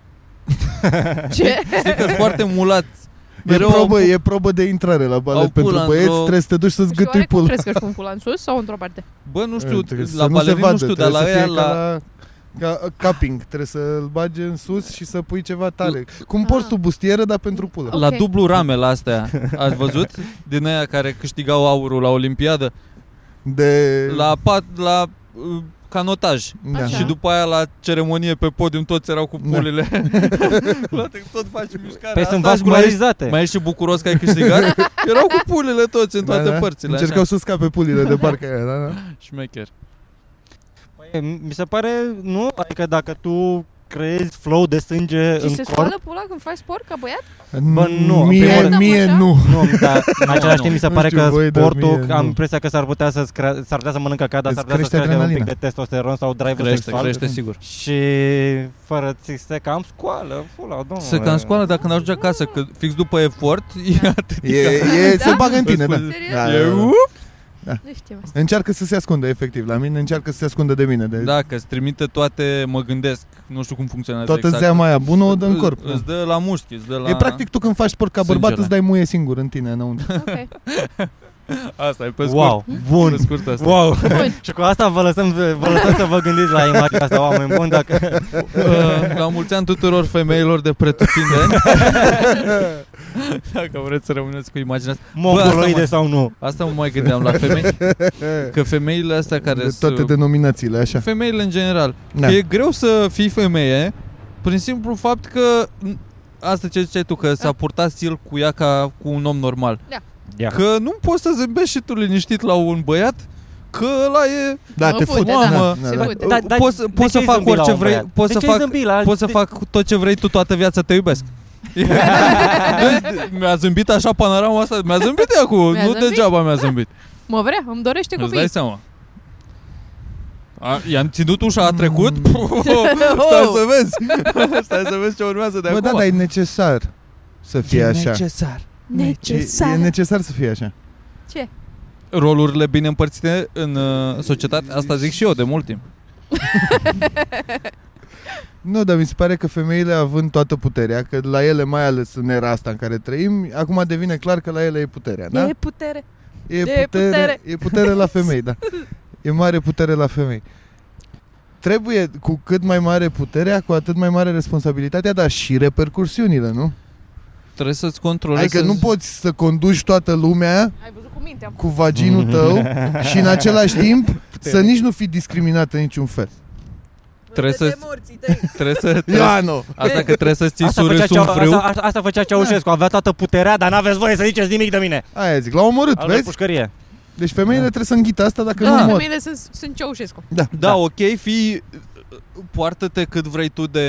Ce?
Știi că foarte mulat.
E
Mereu au
probă, e probă de intrare la
au
balet pentru
pula
băieți,
într-o-
trebuie să te duci să-ți
Și oare
gâtui
cum
pula.
trebuie să căci cu un cul în sus sau într-o parte?
Bă, nu știu,
Eh, Trebuie să
la
nu se
balerin nu
vadă,
știu, dar
trebuie
la
să fie
ea,
ca
la...
ca uh, cupping, trebuie să-l bagi în sus și să pui ceva tare. Cum
Ah.
porți tu bustieră, dar pentru
Oh.
pulă.
La
Ok.
dublu rame la astea Ați văzut? Din aia care câștigau aurul la Olimpiadă
De...
La pat, la uh, canotaj
Da.
Așa.
Și după aia la ceremonie pe podium Toți erau cu
Da.
pulile Toate, Tot faci mișcare
Păi sunt
Asta și mai ești,
vascularizate.
mai ești și bucuros că ai câștigat Erau cu pulile toți în
Da,
toate
da.
părțile
Încercau să scape pulile de parcă aia, da, da.
așa. Șmecher
Păi, Mi se pare, nu, adică dacă tu creezi flow de sânge
Și
în
se
corp,
scoală pula când faci sport ca băiat?
Bă, nu, în primul
Mie,
rând-
mie
Așa?
nu.
nu, dar în același
Nu,
timp mi se
nu
pare
știu
că
voi, dar
sportul,
mie
am
nu.
impresia că s-ar putea, să crea, s-ar putea să mănâncă cada,
Îți
s-ar putea să crește
crește
un pic
adrenalina.
de testosteron sau drive
Crește,
sexual.
crește sigur
Și fără ți se cam scoală, pula, domnule.
Se cam scoală dacă când ajunge acasă Că fix după efort E atât
E, e, se
Da?
bagă în tine, da.
Serios?
Da, da,
E
da.
up.
Nu știu asta.
Încearcă să se ascundă, efectiv. La mine încearcă să se ascundă de mine. De
Da, că îți trimite toate Mă gândesc Nu știu cum funcționează
toată
exact.
zeama aia bună o dă în
Îți-
corp.
Îți dă la mușchi, îți dă la... da.
E practic tu când faci sport ca bărbat
Sângele.
îți dai muie singur în tine înăuntru.
Ok.
Asta e pe scurt.
Wow, bun.
Pe scurt asta.
Wow.
Bun.
și cu asta vă lăsăm, vă lăsăm să vă gândiți la imaginea asta, oameni buni, dacă...
Uh, la mulți ani tuturor femeilor de pretutindeni. Dacă vreți să rămâneți cu imaginea asta.
Mongoloide sau nu.
Asta mă mai gândeam la femei. Că femeile astea care
De
sunt...
toate denominațiile, așa.
Femeile în general.
Da.
Că e greu să fii femeie prin simplu fapt că... Asta ce ziceai tu, că s-a purtat stil cu ea ca cu un om normal.
Ia.
Că nu poți să zâmbești și tu liniștit la un băiat că ăla e...
Da,
Mă
te
fute,
fut.
da,
Da,
da.
da,
Se
da.
fut.
Da, da,
poți
de
poți
ce
să
îi
fac
zâmbi la
orice
un
vrei,
băiat?
poți
De
să
ce îi
fac-
zâmbi la...
Poți să fac tot ce vrei tu toată viața, te iubesc. mi-a zâmbit așa panorama asta, mi-a zâmbit ea cu,
Mi-a
nu
zâmbit?
degeaba mi-a zâmbit.
Mă vrea, îmi dorește
Îți
copii.
dai seama. A, i-am ținut ușa, a trecut Puh,
Oh.
Stai să vezi Stai să vezi ce urmează de
Bă, da,
acum
dar e necesar. să fie așa.
necesar.
E, e necesar să fie așa.
Ce?
Rolurile bine împărțite în uh, societate, asta zic și eu de mult timp.
Nu, dar mi se pare că femeile având toată puterea, că la ele mai ales în era asta în care trăim, acum devine clar că la ele e puterea, da?
E putere.
E,
e putere.
E putere la femei, da. E mare putere la femei. Trebuie cu cât mai mare puterea, cu atât mai mare responsabilitatea, dar și repercursiunile, nu?
Trebuie să-ți controlezi.
Adică
să-
nu poți să conduci toată lumea
Ai văzut cu mintea.
cu
Mm-hmm.
vaginul tău și în același timp să nici nu fii discriminat în niciun fel.
Trebuie să-
morții tăi.
Trebuie să... Trebuie,
Iano!
asta că trebuie să-ți ții
Asta făcea,
surâsul în
Cea-
frâu.
asta, asta, asta făcea Ceaușescu, avea toată puterea, dar n-aveți voie să ziceți nimic de mine.
Aia zic, l-au omorât,
Al lui
vezi?
pușcărie.
Deci femeile trebuie să înghită asta dacă
Da.
nu mor.
Femeile sunt, sunt Ceaușescu.
Da, ok, fi poartă-te cât vrei tu de...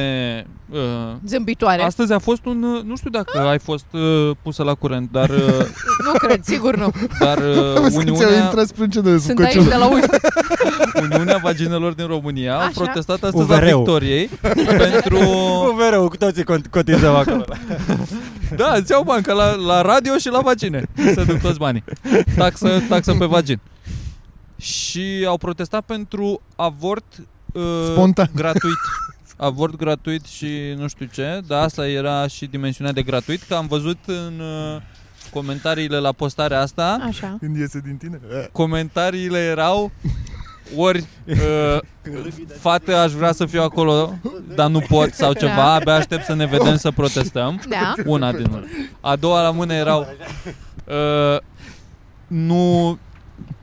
Uh,
Zâmbitoare. Asta...
astăzi a fost un... uh, Nu știu dacă ai fost uh, pusă la curent, dar, uh,
Nu cred, sigur nu.
dar uh,
Vezi că ți-au
Uniunea,
intrat sprâncenele sub
Sunt aici da.
căciulă.
de la uși.
Uniunea Vaginelor din România a
Așa.
protestat astăzi la
UVR-ul.
victoriei pentru...
Cu vereu, cu toții cont- cotizăm acolo.
Da, îți iau bani, că la, la radio și la vagine se duc toți banii. Taxă, taxă pe vagin. Și au protestat pentru avort uh,
Spontan.
gratuit. Avort gratuit și nu știu ce, dar asta era și dimensiunea de gratuit, că am văzut în uh, comentariile la postarea asta,
Așa.
Când iese din tine?
comentariile erau ori uh, fată aș vrea să fiu acolo, dar nu pot sau ceva,
Da.
abia aștept să ne vedem să protestăm.
Da.
Una din ele. A doua la mână erau uh, Nu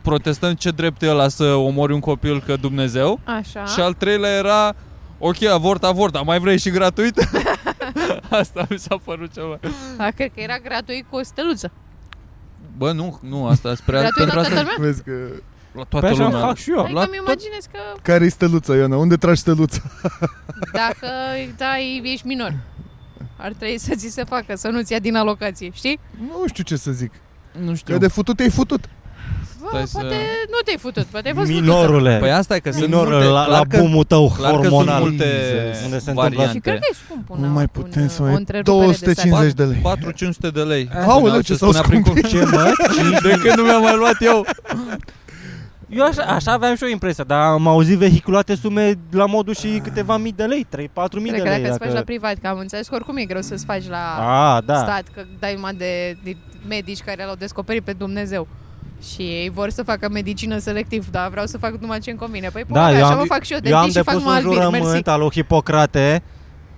protestăm ce drept e ăla să omori un copil că Dumnezeu
Așa.
Și al treilea era Ok, avort, avort, dar mai vrei și gratuit? asta mi s-a părut ceva
Da, cred că era gratuit cu o steluță.
Bă, nu, nu, asta spre
Gratuit la
pentru asta
toată lumea?
Vezi că...
la
Pe
toată
Păi așa
lumea.
fac și eu.
la
Adică mi imaginez că
Care-i stăluța, Iona? Unde tragi stăluța?
dacă dai, ești minor, ar trebui să ți se facă, să nu-ți ia din alocație, știi?
Nu știu ce să zic.
Nu știu.
Că de futut ai futut.
Bă,
Stai să-
poate nu te-ai futut, poate ai fost futută.
Minorule.
Păi asta e că sunt
Minorul
multe,
la,
clar
la
că-
bumul tău
Clar că sunt
hormonal.
multe
Jesus.
Unde se întâmplă?
Și
variante.
cred că e scump un,
Nu mai
un-
putem să
o
mai-
întrerupere
250
de
50 de lei.
400 de lei.
Aoleu, ce s-au scumpit.
Ce mă?
De când nu mi-am mai luat eu.
Eu așa, așa aveam și eu impresia, dar am auzit vehiculate sume la modul și câteva mii de lei, 3-4 mii
Cred că
de lei.
dacă îți faci la privat, că am înțeles că oricum e greu să-ți faci la
A, da.
stat, că dai numai de, de medici care l-au descoperit pe Dumnezeu. Și ei vor să facă medicină selectiv, dar vreau să fac numai ce îmi convine. Păi, da,
Da, eu
așa
am-
mă fac și eu,
Eu am
dentist și fac
depus
numai
un
albir, mersi.
jurământ al lui Hipocrate,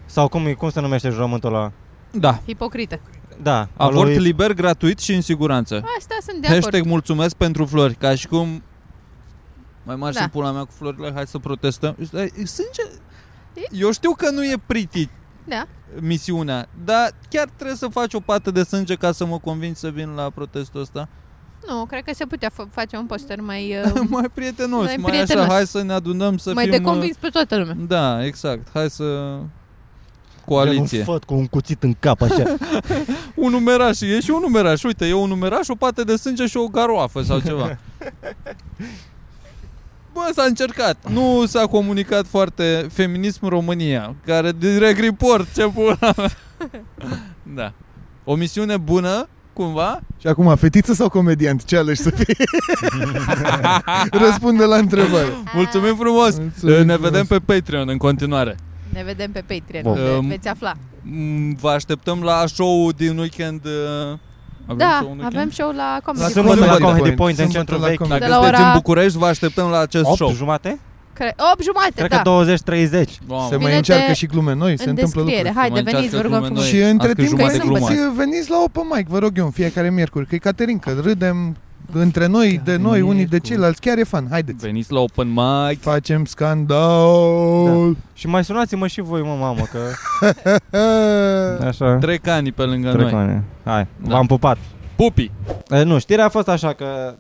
sau cum, e- cum se numește jurământul ăla?
Da.
Hipocrită.
Da, al
Avort
lui-
liber, gratuit și în siguranță.
Asta sunt de acord.
Hashtag mulțumesc pentru flori, ca și cum mai mari
Da.
sunt pula mea cu florile, hai să protestăm. Stai, e Sânge... Eu știu că nu e priti
Da.
misiunea, dar chiar trebuie să faci o pată de sânge ca să mă convingi să vin la protestul ăsta.
Nu, cred că se putea fă- face un poster mai, uh,
mai prietenos, mai,
Mai
așa,
prietenos.
hai să ne adunăm să
mai
fim... uh,
de convins pe toată lumea.
Da, exact. Hai să...
Un
Coaliție.
făt cu un cuțit în cap așa.
Un numeraș, e și un numeraș. Uite, e un numeraș, o pată de sânge și o garoafă sau ceva. Bă, s-a încercat. Nu s-a comunicat foarte feminism România, care direct report, ce pula mea. Da. O misiune bună, cumva.
Și acum, fetiță sau comediant? Ce alegi să fii? Răspunde la întrebare.
Mulțumim frumos!
Mulțumim
ne
frumos.
vedem pe Patreon în continuare.
Ne vedem pe Patreon,
Bun.
unde
Um,
veți afla.
Mm, Vă așteptăm la show-ul din weekend. uh, Avem
Da,
show în weekend?
avem show la Comedy
sâmbătă
Club.
la
Sâmbătă
Comedy Point, în centrul
la
vechi.
Comedy-
Dacă
De la
sunteți
ora-
în București, vă așteptăm la acest
8
show.
jumate?
Da. Cre- 8 jumate,
Cred
da.
că 20-30.
Wow.
Se mai
Vine
încearcă
de-
și glume noi, se
în
întâmplă
descriere.
lucruri.
Haide,
Mai
veniți, vă
încearcă
rugăm
glume
Păi,
frumos.
noi.
Și între
Astăzi
timp,
jumătate
să
glumă.
să veniți la open mic, vă rog eu, în fiecare miercuri, că e Caterin, că râdem între noi, de noi, unii de
Miercuri.
ceilalți, chiar e fan, haideți.
Veniți la open mic.
Facem scandal!
Și mai sunați-mă și voi, mă, mamă, că... Așa.
Trec ani pe lângă
Trec
noi.
oameni. Hai,
Da.
v-am pupat.
Pupi.
E, Nu, știrea a fost așa că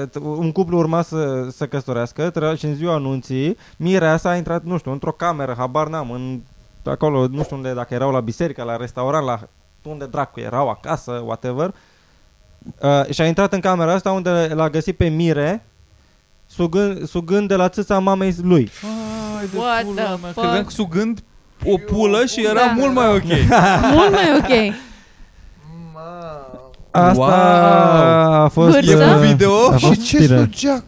e, t- un cuplu urma să să căsătorească tra- și în ziua anunții mireasa a intrat, nu știu, într-o cameră, habar n-am, în, acolo, nu știu unde, dacă erau la biserică, la restaurant, la unde dracu erau, acasă, whatever. Uh, și a intrat în camera asta unde l-a găsit pe Mire sugând, sugând de la țâța mamei lui.
What the fuck?
Credeam că sugând o pulă și era
Păi. Da.
mult mai ok.
Mult mai ok.
Asta
Wow!
a fost...
Vârstă?
uh,
Video?
a
Și
fost
ce
știrea.
slugea